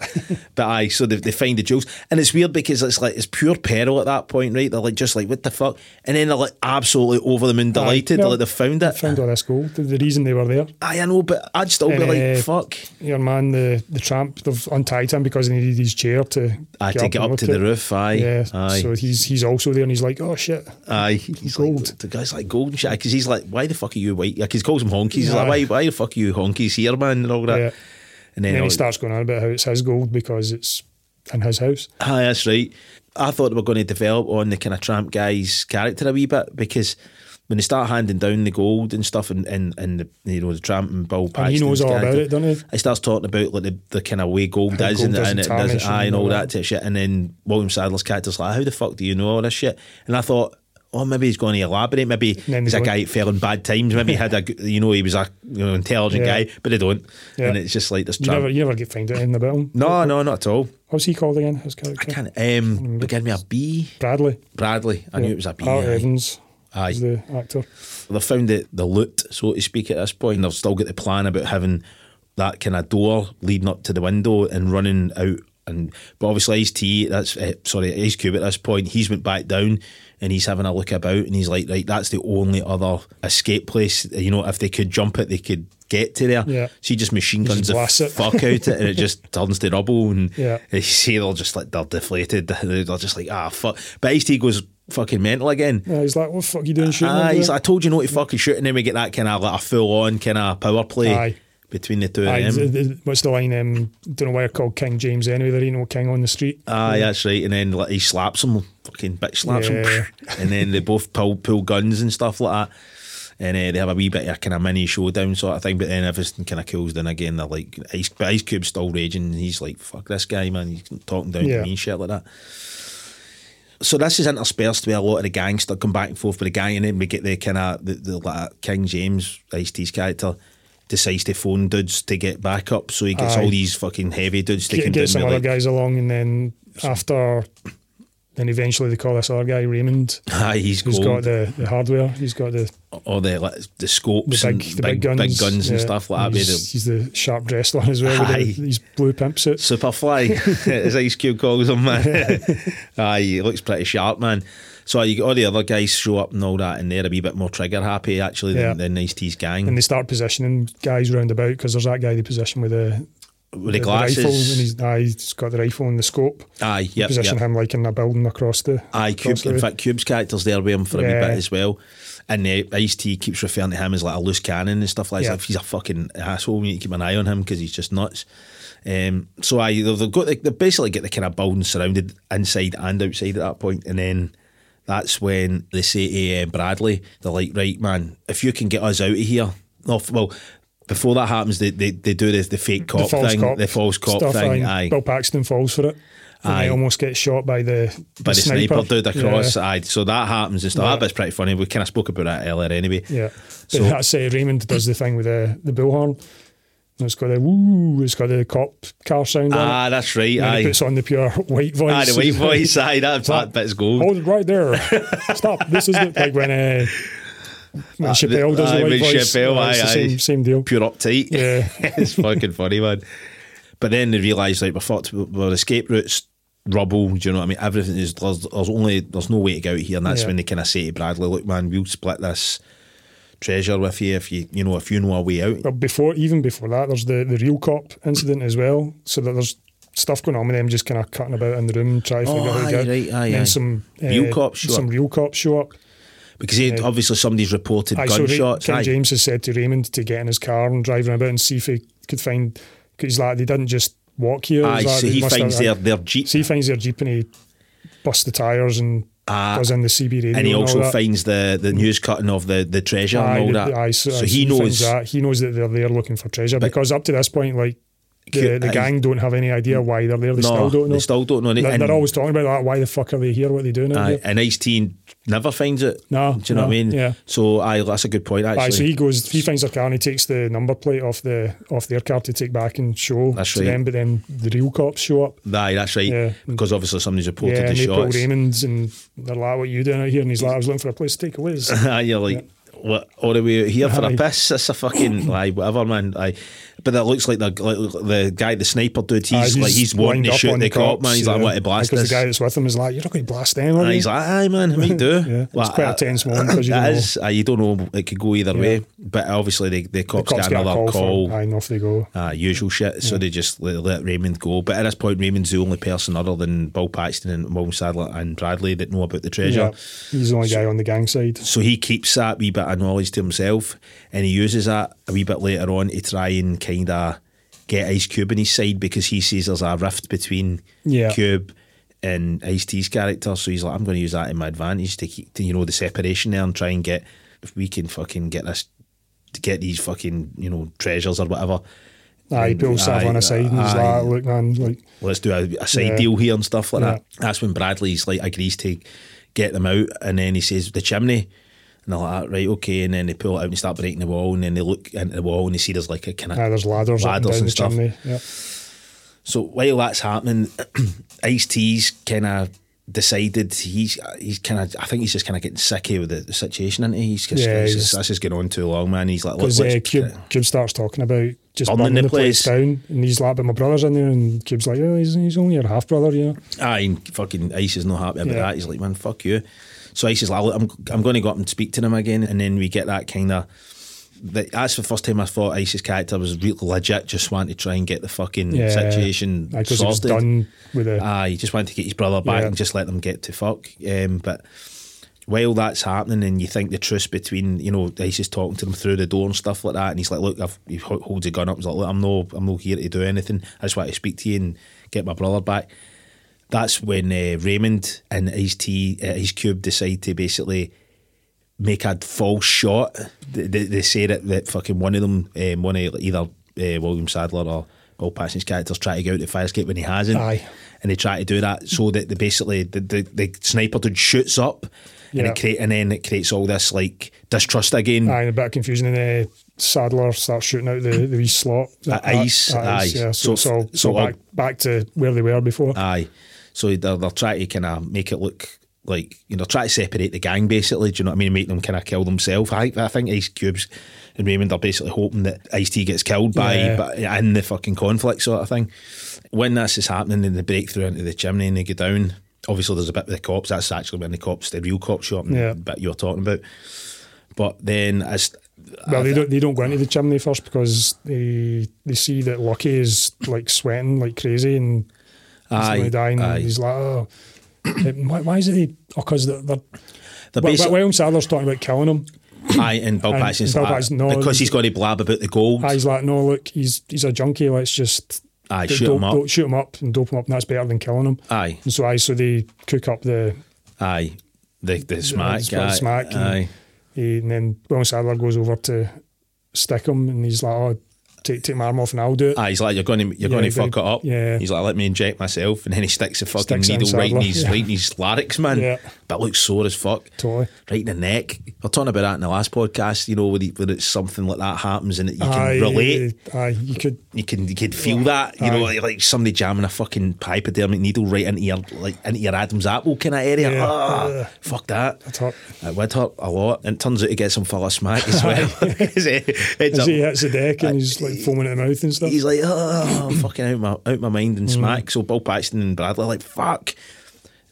But aye, so they, they find the jewels. And it's weird because it's like it's pure peril at that point, right? They're like just like, what the fuck? And then they're like absolutely over the moon delighted.
no,
they're like, they found it.
Found all this gold. The, the reason they were there.
Aye, I know, but I'd still be like,
Eh,
fuck.
Your man, the, the tramp, they've untied him because he needed his chair to
I take it
and
up
look
to the
at-
roof, aye.
Yeah,
aye.
so he's he's also there and he's like, oh shit.
Aye, he's
Gold.
Like, the guy's like gold and shit because he's like, why the fuck are you white? Like, he calls him honkies. He's like,
Aye.
why, why the fuck are you honkies here, man, and all that.
Yeah. And
And then,
then
all-
he starts going on about how it's his gold because it's in his house.
Aye, that's right. I thought they were going to develop on the kind of tramp guy's character a wee bit because when they start handing down the gold and stuff and and, and the you know the tramp and Bill
And he knows
Paxton's
all about
character,
it, doesn't he?
starts talking about like the, the kind of way gold
How
is
gold
and,
doesn't
and it
tarnish
doesn't
and
aye, and
all
all
that.
that type of shit. And then William Sadler's character's like, how the fuck do you know all this shit? And I thought. Oh, maybe he's going to elaborate. Maybe
then
he's
they
a
don't.
guy that fell in bad times. Maybe he had a, g- you know, he was a you know, intelligent
Yeah.
guy, but they don't.
Yeah.
And it's just like this
You never
tramp.
you never get find out anything about him.
No, no, not at all.
What's he called again? His character.
I can't.
Mm-hmm.
Um, they gave me a B.
Bradley.
Bradley. I knew it was a B.
Art
aye.
Evans.
Aye.
Is the actor.
They've found it the loot, so to speak, at this point. They've still got the plan about having that kind of door leading up to the window and running out. And but obviously, Ice T, that's uh, sorry, Ice Cube at this point, he's went back down and he's having a look about and he's like, right, that's the only other escape place. You know, if they could jump it, they could get to there.
Yeah.
So he just machine
just
guns the
blasts it.
fuck out it and it just turns to rubble and
Yeah.
you see they're just like they're deflated. They're just like ah fuck. But Ice T goes fucking mental again.
Yeah, he's like, what the fuck you doing shooting?
Aye,
over
Ah, he's
there?"
like, I told you not to fucking shoot, and then we get that kind of like a full on kind of power play
Aye.
between the two
Aye,
of
th-
them.
th- what's the line? Um, don't know why they're called King James anyway. There ain't no king on the street.
Aye, that's right. And then like, he slaps him fucking bitch slaps
Yeah.
him, and then they both pull pull guns and stuff like that. And uh, they have a wee bit of a kind of mini showdown sort of thing, but then everything kind of cools down again. They're like Ice, but Ice Cube's still raging. And he's like, "Fuck this guy, man! He's talking down
Yeah.
to me and shit like that." So this is interspersed with a lot of the gang stuff come back and forth with the gang, and then we get the kind of the, the like, King James Ice T's character decides to phone dudes to get back up, so he gets
Aye.
all these fucking heavy dudes to
get,
come
get
down
some
with,
other
like,
guys along, and then after, then eventually they call this other guy Raymond,
Aye, he's
who's
gold.
got the, the hardware. He's got the,
all the like, the scopes
the big
and
the big, guns,
and
yeah.
stuff like that. with
He's,
the-
he's the sharp dressed one as well.
Aye.
With the, these blue pimp suits.
Superfly, as Ice Cube calls him, man. Aye, he looks pretty sharp, man. So you got all the other guys show up and all that, and they're a wee bit more trigger happy actually
Yeah.
than, than Ice T's gang
And they start positioning guys round about because there's that guy they position with the,
with the
rifle, and
glasses.
he's, aye, he's got the rifle and the scope.
aye, yep,
position
yep.
him like in a building across the.
Aye, Cube,
across the
in
road.
fact, Cube's character's there with him for a wee
Yeah.
bit as well. And uh, Ice T keeps referring to him as like a loose cannon and stuff like
Yeah.
that. He's a fucking asshole. We need to keep an eye on him because he's just nuts. Um, so I they've got the, they basically get the kind of building surrounded inside and outside at that point, and then that's when they say to uh, Bradley, they're like, "Right, man, if you can get us out of here, off well." Before that happens, they, they, they do this the fake cop thing, the false cop
stuff,
thing.
aye.
Aye,
Bill Paxton falls for it. And
Aye.
he almost gets shot by the,
by the sniper, dude across.
Yeah.
Aye, so that happens and stuff.
Yeah.
That bit's pretty funny. We kind of spoke about that earlier anyway.
yeah.
So-
So, but that's uh, Raymond does the thing with the, the bullhorn. And it's got the woo, it's got the cop car sound on it.
Ah, that's right.
And then he
Aye.
puts on the pure white voice.
Aye, the white voice. Aye, that,
That-
that bit's gold.
Hold it right there. Stop. This isn't like when, uh, when Chappelle does
Ah, aye,
the white
when
voice.
Chappelle,
Yeah, it's
aye,
the
aye.
Same, same deal.
Pure uptight.
Yeah.
it's fucking funny, man. But then they realise like we're fucked. we- We're escape routes, rubble. Do you know what I mean? Everything is there's, there's only there's no way to get out here, and that's
Yeah.
when they kind of say to Bradley, "Look, man, we'll split this treasure with you if you you know if you know a way out."
But before, even before that, there's the, the real cop incident as well. So that there's stuff going on with them just kind of cutting about in the room, trying to
Oh,
figure out how
aye,
to get.
right, aye,
and
aye.
then some uh,
Real cops show
some
up.
real cops show up.
Because he, obviously somebody's reported
Aye, so Ray-
gunshots.
King
aye.
James has said to Raymond to get in his car and drive around about and see if he could find. Because he's like, they didn't just walk here.
Aye,
he's like,
so
they
he
must have-
finds their, their Jeep
So he finds their jeep and he busts the tires and
Ah,
goes in the CB radio.
and he also
all that.
finds the, the news cutting of the, the treasure
Aye,
and all
the-
that.
aye,
so,
so,
he knows.
finds that. He knows that they're there looking for treasure because up to this point, like the,
Cute, aye.
the gang don't have any idea why they're there. They
No,
still don't
they
know.
still don't know, and-
They're,
and-
they're always talking about that. Why the fuck are they here? What are they doing? out
Aye,
here?
and Ice T never finds it.
No,
Do you know
no,
what I mean?
yeah.
So aye, that's a good point, actually.
Aye, so he goes. He finds their car and he takes the number plate off the off their car to take back and show
That's
to
right.
them. But then the real cops show up.
Aye, that's right.
Yeah.
Because obviously somebody's reported
Yeah,
the
and they pull
shots.
Raymond's and they're like, "What are you doing out here?" And he's like, "I was looking for a place to take a whiz."
Aye, you're like, what? All the way out here for a
Aye.
piss? That's a fucking aye, whatever, man. Aye. But that looks like the like, the guy, the sniper dude. He's,
Aye,
like he's wanting
lined
to
Uh, up
shoot
on
the cop, man.
cops,
He's like,
yeah.
what to blast
Because
this?
the guy that's with him is like, "You're not going to blast them, are
And
you?"
he's like, aye, man, how do you do? uh,
Yeah, it's quite a tense moment 'cause you
it
don't
is. Aye, you don't know. It could go either way. But obviously, the, the
the
cops,
cops
get
get a
another
call.
call.
for- aye, and off they go.
Ah, usual shit. So they just let, let Raymond go. But at this point, Raymond's the only person other than Bill Paxton and William Sadler and Bradley that know about the treasure.
Yeah, he's the only guy on the gang side.
So he keeps that wee bit of knowledge to himself, and he uses that a wee bit later on to try and kind of get Ice Cube on his side because he sees there's a rift between
Yeah.
Cube and Ice T's character. So he's like, I'm going to use that in my advantage to keep, to, you know, the separation there and try and get if we can fucking get this, to get these fucking you know treasures or whatever.
Aye, he pulls Sav on
Aye,
his side and he's
aye.
like, "Look, man, like."
let's do a, a side
Yeah.
deal here and stuff like
Yeah.
that. That's when Bradley's like agrees to get them out, and then he says the chimney, and they're like, "Ah, right, okay, and then they pull it out and start breaking the wall, and then they look into the wall and they see there's like a kind of
Aye, Ah, there's ladders, up and
Ladders
down
and
the
stuff.
chimney. Yeah.
So while that's happening, Ice T's kind of decided he's he's kind of I think he's just kind of getting sick here with the, the situation, and he's just
Yeah,
he's
he's-
just- that's just going on too long, man. He's like, look,
Because uh,
let's-
Cube, Cube starts talking about just
Burning
burning
the
the place down, and he's like, "But my brother's in there," and Cube's like, "Oh, he's, he's only your half brother, you know."
Aye, and fucking Ice is not happy about
Yeah.
that. He's like, man, fuck you. So Ice is like, I'm, I'm going to go up and speak to them again. And then we get that kind of. That, that's the first time I thought Ice's character was real legit, just wanted to try and get the fucking
Yeah.
situation
Aye, 'cause he was
sorted. Um,
done with the.
Aye, Ah, he just wanted to get his brother back
Yeah.
and just let them get to fuck. Um, but while that's happening, and you think the truce between you know Ice is talking to them through the door and stuff like that, and he's like, "Look, I've, he ho- holds a gun up. He's like, look, I'm no, I'm no here to do anything. I just want to speak to you and get my brother back." That's when uh, Raymond and Ice T, uh, Ice Cube decide to basically make a false shot. They, they, they say that, that fucking one of them, um, one of either uh, William Sadler or Will Patton's characters, try to get out the fire escape when he hasn't.
Aye.
And they try to do that so that they basically the, the, the sniper dude shoots up, and
Yeah.
it create and then it creates all this like distrust again.
Aye, and a bit of confusion. And uh, Sadler starts shooting out the, the wee slot.
At ice,
At
aye.
Yeah, so,
So-
it's all
so Uh,
so back,
all-
back to where they were before.
Aye. So they're, they're trying to kind of make it look like, you know, try to separate the gang basically. Do you know what I mean? Make them kind of kill themselves. I, I think Ice Cubes and Raymond are basically hoping that Ice T gets killed by,
Yeah.
by in the fucking conflict sort of thing. When this is happening, then they break through into the chimney and they go down. Obviously, there's a bit with the cops. That's actually when the cops, the real cops shot, and
Yeah.
the bit you're talking about. But then, as
well, they
I-
don't, they don't go into the chimney first because they they see that Lucky is like sweating like crazy and he's
Aye,
gonna die, and
aye.
he's like, oh. Eh, why, why is it they? Oh, because they're, they're
they're
well,
basically,
William Sadler's talking about killing him.
aye, and Bill
and
Paxton's
Bill
like,
Paxton, no,
because he's got to blab about the gold.
Ah, he's like, no, look, he's he's a junkie. Let's just
Aye,
do-
shoot
dope,
him up.
dope- shoot him up and dope him up, and that's better than killing him.
Aye.
And so I so they cook up the
Aye. The, the smack.
it's
aye.
got smack and-
aye.
he, and then William Sadler goes over to stick him, and he's like, oh, take take my arm off and I'll do it.
Aye, he's like, you're going to
Yeah,
you're going to
he's like-
fuck it up.
yeah.
He's like, let me inject myself, and then he sticks a fucking
Sticks it
needle
inside
right in
lung.
his
Yeah.
right in his larynx, man.
Yeah.
But it looks sore as fuck.
Totally.
Right in the neck. We're talking about that in the last podcast. You know, where, where it's something like that happens and you can
Aye,
relate.
Aye, you could.
You can you can feel that. You know, like, like somebody jamming a fucking hypodermic needle right into your like into your Adam's apple kind of area.
Yeah.
Ah,
Ugh.
fuck that.
That's hot.
It would hurt a lot. And it turns out he gets some fella smack as well.
As
As
he hits the deck and he's like foaming at the mouth and stuff.
He's like, oh, I'm fucking out my out my mind
Mm.
and smack. So Bill Paxton and Bradley are like, fuck.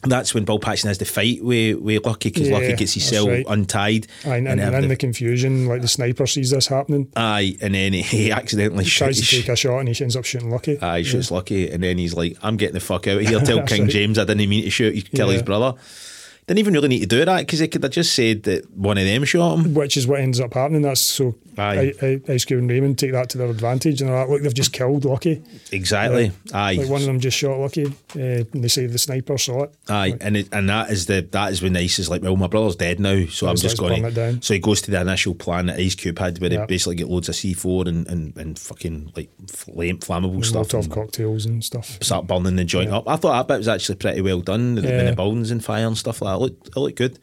And that's when Bill Paxton has the fight with, with Lucky because Lucky
Yeah,
gets his
that's
cell
right.
untied.
Aye, and, and,
then
and in
the-
the confusion, like the sniper sees this happening,
aye, and then he accidentally
tries
shoots.
to take a shot, and he ends up shooting Lucky.
Aye, shoots Lucky, and then he's like, "I'm getting the fuck out of here." Tell
That's
King
right.
James I didn't mean to shoot. You kill his
Yeah.
brother. Didn't even really need to do that because they could have just said that one of them shot him.
which is what ends up happening. That's so
Aye.
I, I, Ice Cube and Raymond take that to their advantage, and they're like, look, they've just killed Lucky.
Exactly. Aye.
Like one of them just shot Lucky, uh, and they say the sniper saw it.
Aye, and it, and that is the that is when Ice is like, well, my brother's dead now, so I'm
so let's
just going.
burn it down.
So he goes to the initial plan that Ice Cube had, where
Yeah.
they basically get loads of C4 and and, and fucking like flame flammable stuff,
Molotov
and
cocktails and stuff.
start burning the joint up. I thought that bit was actually pretty well done. The, when
Yeah.
the buildings and fire and stuff like that, it looked, it looked good.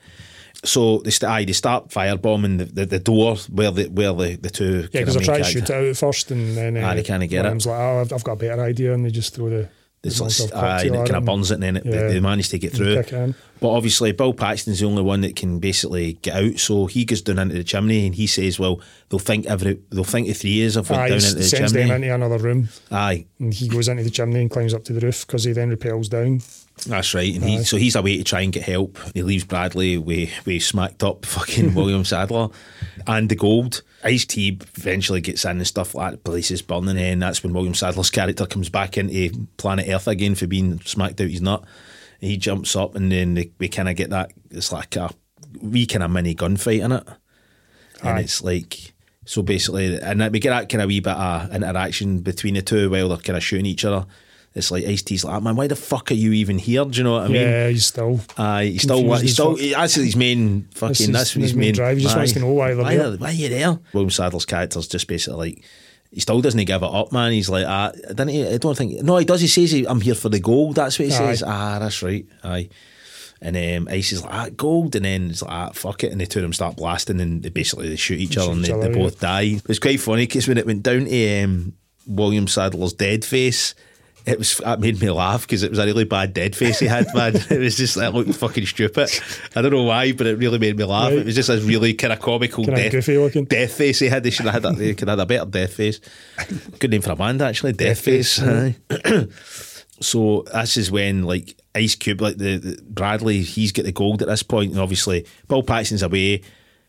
So they st- aye, they start firebombing the, the, the door where the where the, the two
Yeah,
kinda
because they
main
try to
character-
shoot it out at first, and then
Aye, they kinda get it.
William's like, oh, I've, I've got a better idea, and they just throw the, the
It's like,
Molotov
aye, and
cocktail at
it kind of uh,
him.
burns it, and then it,
Yeah.
they, they manage to get through.
kick in.
But obviously, Bill Paxton's the only one that can basically get out. So he goes down into the chimney, and he says, "Well, they'll think every they'll think the three years I've went
Aye,
down
he
into the
sends them
chimney."
into another room,
Aye,
and he goes into the chimney and climbs up to the roof because he then repels down.
that's right. And he, so he's away to try and get help. He leaves Bradley. We we smacked up fucking William Sadler and the gold. Ice T eventually gets in and stuff like that. Place is burning, and that's when William Sadler's character comes back into planet Earth again for being smacked out his nut. He jumps up, and then they, we kind of get that. It's like a wee kind of mini gunfight in it. and
Aye.
it's like so basically, and that- we get that kind of wee bit of interaction between the two while they're kind of shooting each other. It's like Ice T's like, "Ah, man, why the fuck are you even here? Do you know what I mean?
yeah, he's still.
Aye, he's still,
Confused
he's
as
still,
fuck.
that's his main fucking,
his-
that's his,
his
main,
main drive. He just wants to know why they're there.
Why, why are you there? William Sadler's character's just basically like, he still doesn't give it up, man. He's like, ah, didn't he, I don't think, no, he does. He says, he, I'm here for the gold. That's what he
Aye.
says. Ah, that's right. Aye. And um, Ice is like, ah, gold. And then he's like, ah, fuck it. And the two of them start blasting and they basically they shoot each other and
each
they,
other,
they
yeah.
both die. It was quite funny because when it went down to um, William Sadler's dead face, it was that made me laugh because it was a really bad dead face he had, man. it was just that looked fucking stupid. I don't know why, but it really made me laugh. It
Right.
was just a really kind of comical
Kinda
death,
goofy looking.
death face he had. They should have had a, they could have had a better death face. Good name for a band actually, death, face. aye. so this is when like Ice Cube, like the, the Bradley, he's got the gold at this point, and obviously Bill Paxton's away.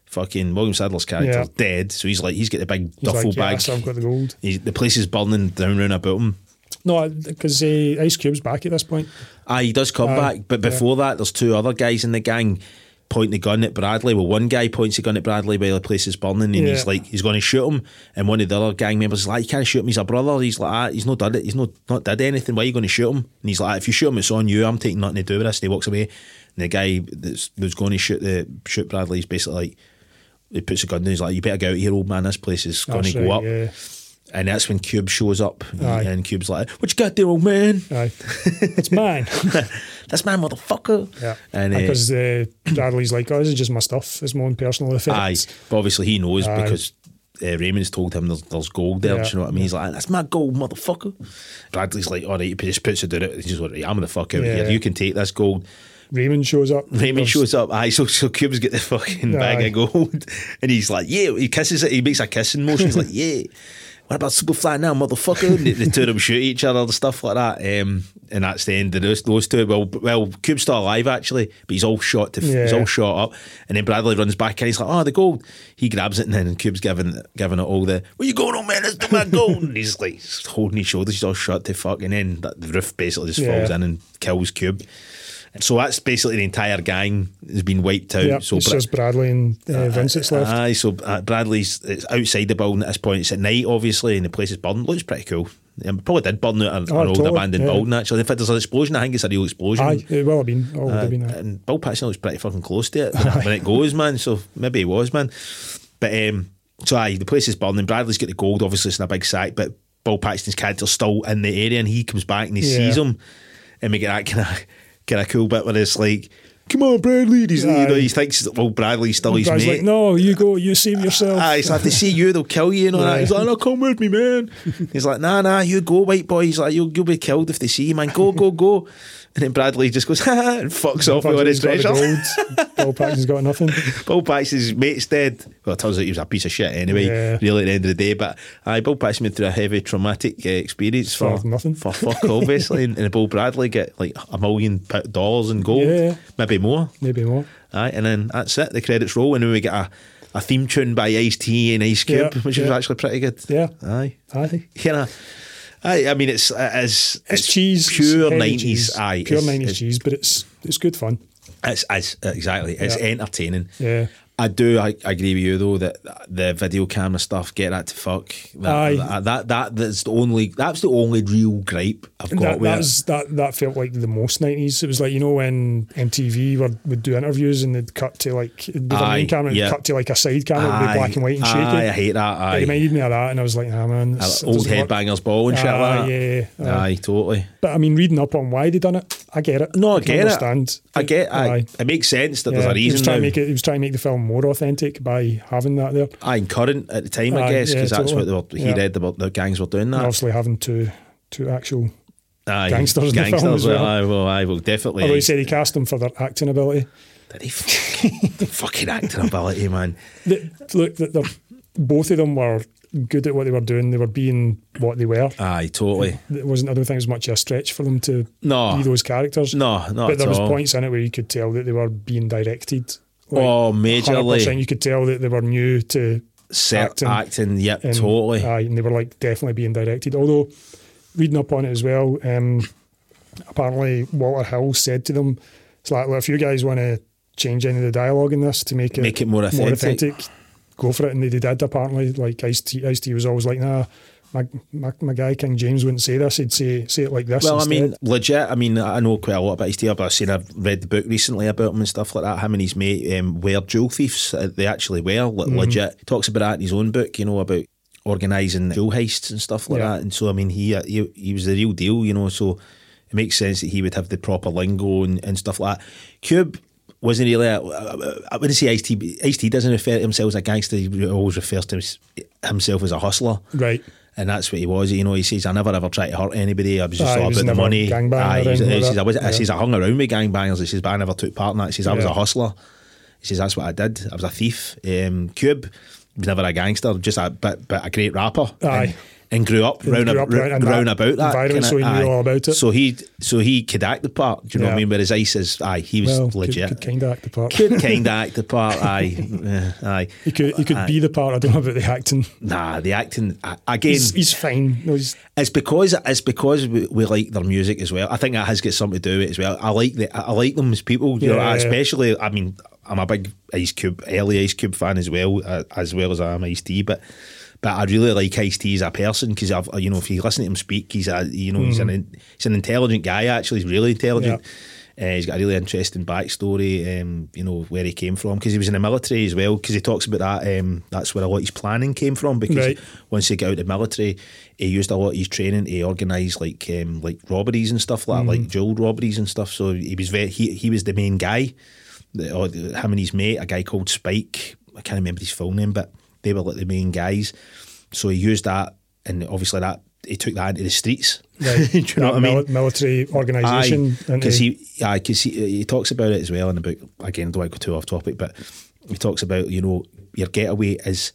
Fucking William Sadler's character's
Yeah.
dead, so he's like he's got the big
He's
duffel
like,
bag.
yes, I've got the gold.
He's- the place is burning down round about him.
No, because uh, Ice Cube's back at this point.
Aye, he does come
Aye,
back, but
yeah.
before that, there's two other guys in the gang. pointing the gun at Bradley. Well, one guy points the gun at Bradley while the place is burning, and he's
Yeah.
like, he's going to shoot him. And one of the other gang members is like, you can't shoot him. He's a brother. He's like, ah, he's not done it. He's not not did anything. Why are you going to shoot him? And he's like, ah, if you shoot him, it's on you. I'm taking nothing to do with this. And he walks away. And the guy that's, that's going to shoot the shoot Bradley is basically like, he puts a gun down. He's like, you better get out of here, old man. This place is going to
That's
go
right,
up.
yeah.
And that's when Cube shows up,
Aye.
and Cube's like, "What you got there, old man?
Aye. it's mine.
That's my motherfucker."
Yeah.
and uh,
Because uh, Bradley's like, oh, this is just my stuff. It's my own personal
aye,
effects.
but obviously he knows
Aye.
because uh, Raymond's told him there's, there's gold there. Do
Yeah.
you know what I mean? He's like, "That's my gold, motherfucker." Bradley's like, "All right," he just puts it down. He's just like, right, "I'm gonna fuck out of
Yeah.
here. You can take this gold."
Raymond shows up.
Raymond
There's-
shows up. Aye, so, so Cube's got the fucking bag
Aye.
of gold, and he's like, "Yeah." He kisses it. He makes a kissing motion. He's like, "Yeah." What about Superfly now, motherfucker? And the, the two of them shoot each other and stuff like that. Um, and that's the end of those, those two. Well, well, Cube's still alive actually, but he's all shot. To, He's
Yeah.
all shot up. And then Bradley runs back and he's like, "Oh, the gold." He grabs it and then Cube's giving giving it all the. Where you going, old man? It's not my gold. and he's like holding his shoulders. He's all shot to fuck. And then that, the roof basically just
Yeah.
falls in and kills Cube. So that's basically the entire gang has been wiped out.
Yep,
so
it's
Bra-
just Bradley and uh, Vince that's left.
Aye, so uh, Bradley's it's outside the building at this point. It's at night, obviously, and the place is burned. Looks pretty cool. Um, probably did burn out an,
Oh,
an old
totally,
abandoned
yeah.
building, actually. In fact, there's an explosion. I think it's a real explosion.
Aye, it will have been. Oh, it would
Uh,
have been a-
and Bill Paxton looks pretty fucking close to it when, it when it goes, man. So maybe he was, man. But um, so aye, the place is burning. Bradley's got the gold, obviously, it's in a big sack. But Bill Paxton's character's still in the area, and he comes back and he
Yeah.
sees him, and we get that kind of kind of cool bit where it's like. Come on, Bradley. and He's, you know,
Aye.
he thinks, well, Bradley's still his
Bradley's
mate.
like, no, you go, you save yourself.
Aye, Ah, he's like, if they see you, they'll kill you. And all that.
Yeah.
He's like, no, come with me, man. He's like, nah, nah, you go, white boy. He's like, you'll, you'll be killed if they see you, man. Go, go, go. And then Bradley just goes, ha ha, and fucks off with all his
Paxton's got
treasure.
the gold. Bill Paxton's got nothing.
Bill Paxton's mate's dead. Well, it turns out he was a piece of shit anyway,
Yeah.
really, at the end of the day. But aye, Bill Paxton went through a heavy traumatic uh, experience for,
For nothing.
For fuck, obviously. and, and Bill Bradley get like a million p- dollars in gold,
Yeah.
maybe more.
Maybe more.
Aye, and then that's it. The credits roll, and then we get a, a theme tune by Ice T and Ice Cube,
Yeah,
which was
yeah.
actually pretty good.
Yeah.
Aye.
Aye.
You know, aye. I mean, it's as
It's, cheese. it's
pure
heavy
nineties.
cheese.
Aye,
Pure
it's-
nineties
it's-
cheese, but it's it's good fun.
It's, it's exactly. It's
Yeah.
entertaining.
Yeah.
I do. I, I agree with you though that the video camera stuff, get that to fuck. That,
Aye.
That, that that's the only. That's the only real gripe I've got
That,
with
that
it.
was that that felt like the most nineties. It was like you know when MTV were, would do interviews and they'd cut to like it'd be the
Aye,
main camera, and
yeah.
cut to like a side camera, it'd
Aye,
be black and white and shaky.
aye, I hate that.
It
Aye.
reminded me of that, and I was like, ah man,
Uh,
this- it
old
doesn't work."
headbangers ball and shit
Aye,
like that.
yeah, aye.
aye, totally.
But I mean, reading up on why they done it, I get it.
No, I,
can
get
understand.
it. I get. I,
Aye.
it makes sense that there's
Yeah,
a
he was
reason
trying
now.
to make it. He was trying to make the film more authentic by having that there.
Aye, and current at the time, I
Aye,
guess,
yeah,
because that's
totally.
what they were, he
Yeah.
read about the gangs were doing
And
that.
obviously, having two two actual.
Aye,
gangsters in the film as well.
Aye, well, aye, well, definitely.
Although he said he cast them for their acting ability.
Did he fucking, the fucking acting ability, man.
The, look, that they're both of them were good at what they were doing. They were being what they were.
Aye, totally.
It wasn't. I don't think it was much of a stretch for them to
No.
be those characters.
No, not
But there
at
was
all.
points in it where you could tell that they were being directed.
Oh, majorly.
100%. You could tell that they were new to
Set acting,
acting.
yep,
And,
totally.
Aye, and they were like definitely being directed. Although, reading up on it as well, um, apparently Walter Hill said to them, "It's like look, if you guys want to change any of the dialogue in this to make it
Make it more authentic."
authentic, go for it." And they did. Apparently, like Ice T, Ice T was always like, "Nah." My, my, my guy King James wouldn't say this. He'd say say it like this.
Well, I
instead.
mean, legit. I mean, I know quite a lot about his deal, but I've seen, I've read the book recently about him and stuff like that. Him and his mate um, were jewel thieves. Uh, They actually were le-
Mm-hmm.
legit. Talks about that in his own book, you know, about organising jewel heists and stuff like
Yeah.
that. And so, I mean, he, uh, he he was the real deal, you know. So it makes sense that he would have the proper lingo and, and stuff like that. Cube. Wasn't really. A, I wouldn't say Ice T. Ice T doesn't refer to himself as a gangster. He always refers to him- himself as a hustler.
Right.
And that's what he was. You know, he says, I never ever tried to hurt anybody. I was just
Aye,
all
Ah, he was
about the
never a
money.
gangbanger
Aye,
or
he
anything like
says, I,
that.
was, I
Yeah.
says, I hung around with gangbangers. He says, but I never took part in that. He says, I was
Yeah.
a hustler. He says, that's what I did. I was a thief. Um, Cube was never a gangster, just a bit, but a great rapper.
Aye.
And, and grew up
And
round,
grew
ab-
up round- in that
round about that
environment,
kinda-
so he knew all about it.
So he, so he could act the part. Do you know what I
Yeah.
mean? Whereas Ice is, aye, he was
well,
legit.
Could, could kind of act the part.
Could kind of act the part. Aye, Yeah, aye.
he could he could
Aye.
be the part. I don't know about the acting.
Nah, the acting a- again.
He's, he's fine. No, he's,
It's because it's because we, we like their music as well. I think that has got something to do with it as well. I like the I like them as people, you know,
Yeah, yeah.
especially. I mean, I'm a big Ice Cube, early Ice Cube fan as well, uh, as well as I am Ice T. But but I really like Ice T as a person because I've you know if you listen to him speak, he's a you know he's an in- he's an intelligent guy actually. He's really intelligent.
Mm. Yeah.
Uh, he's got a really interesting backstory, um, you know where he came from because he was in the military as well. Because he talks about that, um, that's where a lot of his planning came from. Because
Right.
once he got out of the military, he used a lot of his training to organise like um, like robberies and stuff like that, like jewel robberies and stuff. So he was very he, he was the main guy, the- or the- him and his mate, a guy called Spike. I can't remember his full name, but they were like the main guys. So he used that, and obviously that he took that into the streets.
Right.
Do you know what I mean?
Mil- military organisation. and
because he, aye, 'cause he, he talks about it as well, and about again, don't want to go too off topic, but he talks about you know your getaway is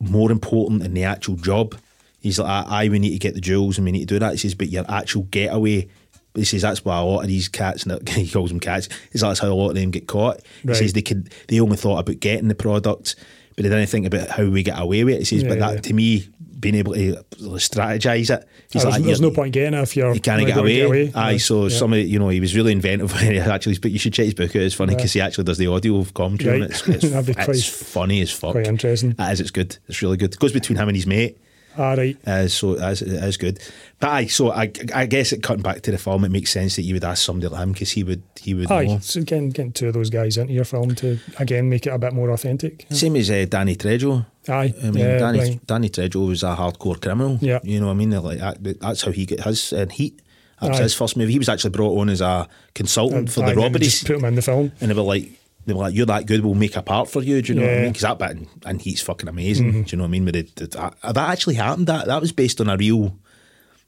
more important than the actual job. He's like, aye, aye, we need to get the jewels and we need to do that. He says, but your actual getaway. He says that's why a lot of these cats, and he calls them cats. He's like, that's how a lot of them get caught. He
Right.
says they could, they only thought about getting the product, but they didn't think about how we get away with it. He says,
Yeah,
but that
yeah.
to me, being able to strategize it, he's
there's,
like,
there's
you're-
no point getting it if you're
you can't
not
get
gonna
away. Aye,
Yeah.
so
Yeah.
some of it, you know, he was really inventive when he actually. But you should check his book out. It's funny because he actually does the audio of
Right.
commentary. And it's it's,
That'd be
it's
quite-
funny as fuck.
quite interesting.
That is, it's good. It's really good. It goes between him and his mate.
All right.
Uh, so it is, it is good, but aye. So I, I guess it cutting back to the film, it makes sense that you would ask somebody like him because he would he would
Aye,
know.
so getting, getting two of those guys into your film to again make it a bit more authentic.
Same as uh, Danny Trejo.
Aye,
I mean
yeah,
Danny
right.
Danny Trejo was a hardcore criminal.
Yeah.
you know what I mean. Like that, that's how he got his and Heat. That was
Aye. Uh,
his first movie. He was actually brought on as a consultant for
Aye,
the
and then
robberies.
Just put them in the film.
and they were like, they were like, "You're that good. We'll make a part for you." Do you know what I
Yeah. Mm-hmm.
mean? Because that bit and, and he's fucking amazing. Do you know what I mean? But it, it- that, uh, that actually happened. That that was based on a real.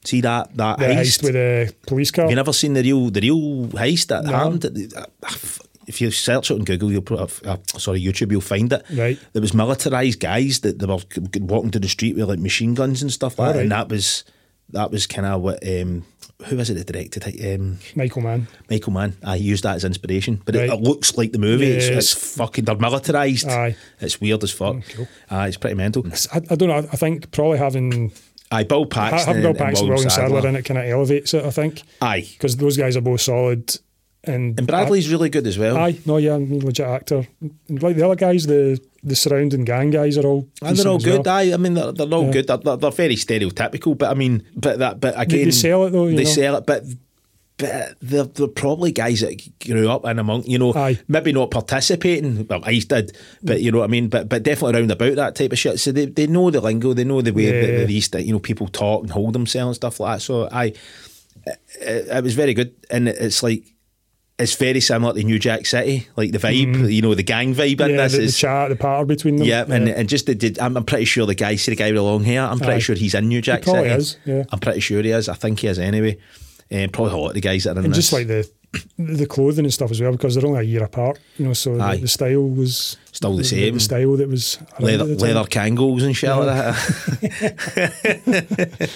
See that that
The
heist.
heist with the police car.
Have you never seen the real the real heist that
No.
happened? It- it- If you search it on Google, you'll put, uh, sorry YouTube, you'll find it.
Right.
There was militarized guys that they were g- g- walking down the street with like machine guns and stuff like that, and
Alright.
that was that was kind of what. Um, who was it that directed it? Um,
Michael Mann.
Michael Mann. I used that as inspiration, but it,
Right.
it looks like the movie. It's,
Yeah.
it's fucking they're militarised.
Aye. Mm,
It's weird as fuck.
cool.
Aye, it's pretty mental.
I, I don't know. I think probably having
Aye, Bill
ha-
Paxton,
having Bill Paxton,
and
William Sadler,
Sadler.
in it kind of elevates it. I think
Aye,
because those guys are both solid. And,
and Bradley's really good as well.
Aye, no, yeah, I'm a legit actor. And like the other guys, the the surrounding gang guys are all
And they're
decent
all
as
good.
well.
Aye, I mean they're, they're all
Yeah.
good. They're, they're, they're very stereotypical, but I mean, but that, but again,
sell it though, you
They
know?
sell it, but but they're, they're probably guys that grew up in among, you know,
Aye.
maybe not participating. Well, I did, but you know what I mean. But but definitely around about that type of shit. So they, they know the lingo, they know the way that,
Yeah.
that these you know people talk and hold themselves and stuff like that. So I, it, it was very good, and it's like. It's very similar to New Jack City, like the vibe, you know, the gang vibe in
Mm-hmm. Yeah,
this
the, the
is
chat, the patter between them.
yeah, and, and just the, did I'm, I'm pretty sure the guy, see the guy with the long hair, I'm pretty
Aye.
sure he's in New Jack
probably
City.
is, yeah.
I'm pretty sure he is. I think he is anyway. Um, probably a lot of the guys that are in
and
this.
just like the the clothing and stuff as well because they're only a year apart you know so
Aye.
the, the style was
Still the same.
the style that was around
leather,
at the time.
leather kangles and shit like that.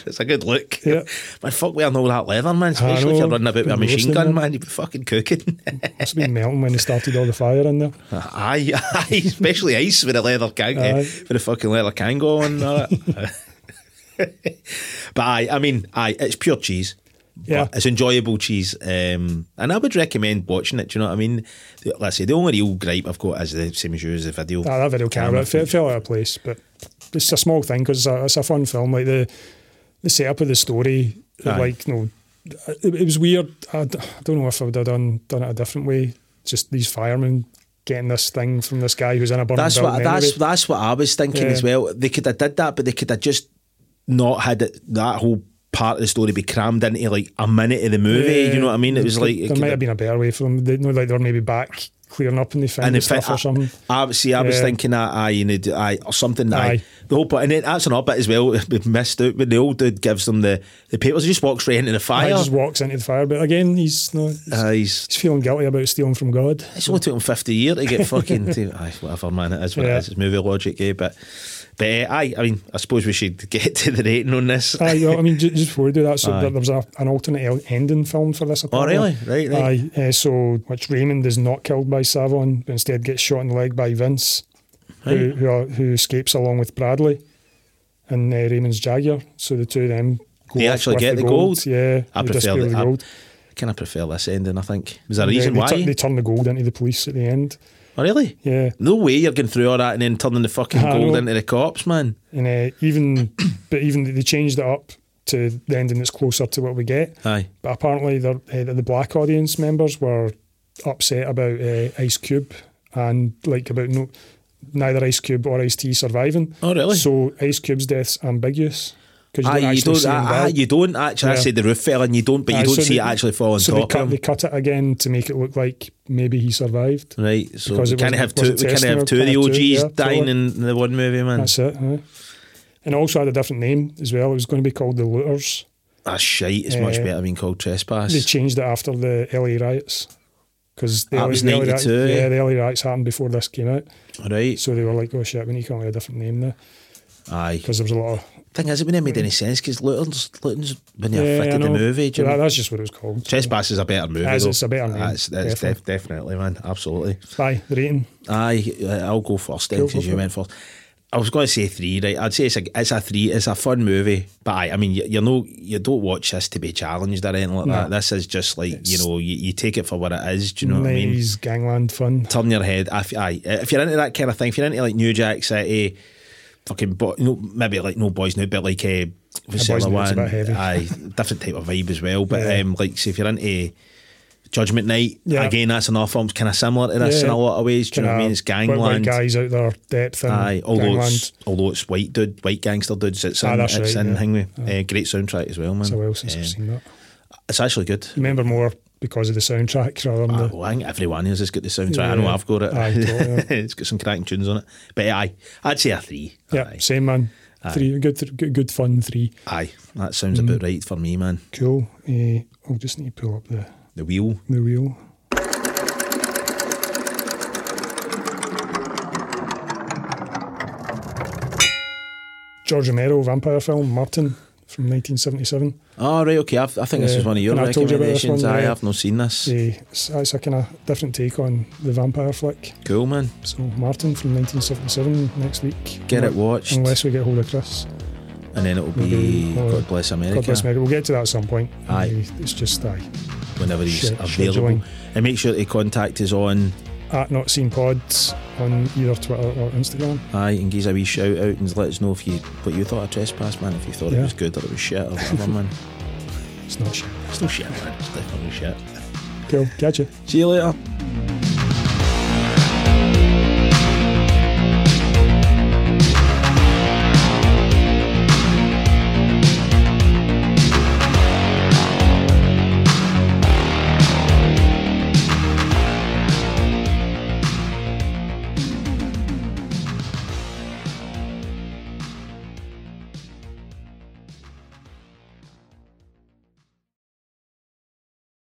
it's a good look.
Yeah.
Man, fuck wearing all that leather, man. Especially if
know.
you're running about with a
Been
machine
roasting,
gun,
man.
man. You'd be fucking cooking.
must have been melting when they started all the fire in there
aye, aye, especially ice with a leather kang, eh,
Aye.
with a fucking leather kango and all that. but aye, I mean, aye, it's pure cheese.
Yeah.
But it's enjoyable cheese, um, and I would recommend watching it. Do you know what I mean? The- Let's say the only real gripe I've got is the same as you is the video.
ah, that video camera it fe- it fell out of place but it's a small thing because it's a, it's a fun film like the the setup of the story
Aye.
like you know it, it was weird I, d- I don't know if I would have done, done it a different way just these firemen getting this thing from this guy who's in a burning
That's what
building
that's
anyway.
that's what I was thinking
Yeah.
as well. They could have did that, but they could have just not had it, that whole part of the story be crammed into like a minute of the movie. you know what I mean? It was like it
Uh, there
could
might
have-
have been a better way for them. They know, like they're maybe back clearing up and they found the
if it-
stuff or something.
I, I, see, I was
Yeah.
thinking that aye, you need aye or something. Aye.
Aye.
the whole point, and then that's an odd bit as well. We've missed out, but the old dude gives them the the papers. He just walks right into the
He
fire.
just walks into the fire, but again, he's no, he's,
Aye, he's
he's feeling guilty about stealing from God.
it's only took him fifty years to get fucking. to, aye, whatever, man. It is what
Yeah.
it is. It's movie logic, eh? But but eh, aye, I mean, I suppose we should get to the rating on this.
Aye, well, I mean, ju- just before we do that, so
Aye. Oh,
there, there was a, an alternate el- ending film for this. apparently.
really? Right, right.
Aye, eh, so which Raymond is not killed by Savon, but instead gets shot in the leg by Vince, who,
Right.
who are- who escapes along with Bradley and uh, Raymond's Jaguar. So the two of them. go
They
off
actually
with
get the gold?
Yeah,
I
they
prefer
dispel
the- I-
gold.
Kind of prefer this ending. I think was there a
They-
reason
they,
why?
tu- they turn the gold into the police at the end.
Oh, really?
Yeah.
No way you're going through all that and then turning the fucking
I
gold
know.
into the cops, man.
And uh, even, but even they changed it up to the ending that's closer to what we get.
Aye.
But apparently, the, uh, the black audience members were upset about uh, Ice Cube and like about no, neither Ice Cube or Ice T surviving.
Oh, really?
So Ice Cube's death's ambiguous because you
Aye,
don't
you
actually
don't.
see him
aye, aye,
die.
you don't actually. I
Yeah.
say the roof fell and you don't, but you
Aye,
don't
so
see
they-
it actually fall on
so
top
they cut,
of
they
him.
cut it again to make it look like maybe he survived.
Right, so
because
we
it
can't
wasn't-
have two.
wasn't
We can't
testing
have
him,
two of the
can't have
OGs
two, yeah,
dying
totally.
in the one movie, man.
That's it. aye. And it also had a different name as well. It was going to be called the Looters.
That's Ah, shite. It's much
Eh,
better being called trespass.
They changed it after the LA riots because the,
That
LA
was
the LA riots,
92, yeah.
yeah, the LA riots happened before this came out.
right?
So they were like, "Oh shit, we need to come up with a different name now,"
Aye.
because there was a lot of
Thing is, it wouldn't have made any sense because Luton's, Luton's when you
Yeah, I
fitted
know.
the movie. Do you
That-
know?
that's just what it was called.
Trespass is a better movie.
As
though.
it's a better name,
That's, that's def- definitely, man. Absolutely.
Aye, the rating.
Aye, uh, I'll go first then
Cool,
because
go
you
for it.
went first. I was going to say three, right? I'd say it's a it's a three. It's a fun movie, but aye, I mean, you, you know, you don't watch this to be challenged or anything like that. This is just like you know, you, you take it for what it is. Do you know what I mean?
nineties gangland fun.
turn your head. If, aye, if you're into that kind of thing, if you're into like New Jack City, fucking, bo- no, maybe like no boys now, but like uh,
Boys
Vasella
Noot's a
one,
bit heavy.
aye, different type of vibe as well. But
Yeah.
um, like, say if you're into Judgment Night,
Yeah.
again, that's another film kind of similar to this
Yeah.
in a lot of ways. Do you know what I mean? It's
Kinda white- white
gangland.
guys out there, depth and
Aye, although
gangland.
it's, although it's white dude, white gangster dudes, it's
Ah,
in,
that's
it's
right,
in
yeah.
Hingway. Uh, great soundtrack as well, man.
It's a while since I've
Um,
seen that.
it's actually good.
Remember more because of the soundtrack rather than
Ah,
the.
well, I think everyone is has got the soundtrack. I know
Yeah.
I've got it.
Aye, totally.
it's got some cracking tunes on it. But aye, I'd say a three.
Yeah,
Aye.
same man. Three good, th- good, good fun. Three
Aye. That sounds
Mm.
about right for me, man.
cool. Uh, I'll just need to pull up the
The wheel.
the wheel. George Romero vampire film Martin from 1977.
Oh, right, okay. I've, I think this
Yeah.
is one of your
And I told you about this
recommendations.
one,
aye,
yeah.
I've not seen this.
They, Eh, it's, it's a kind of different take on the vampire flick.
Cool, man.
So Martin from 1977 next week.
Get it watched.
Unless we get hold of Chris.
And then it'll be
Maybe, uh,
God Bless America
God bless America. We'll get to that at some point.
Aye.
Maybe It's just aye.
whenever he's
Shit,
available.
scheduling.
And make sure to contact us on
At Not Seen Pods on either Twitter or Instagram.
Aye, and give us a wee shout out and let us know if you what you thought of Trespass, man. If you thought it
Yeah.
was good or it was shit or whatever, man.
It's not shit.
It's no shit, man. It's definitely shit.
Cool. Catch you.
See you later.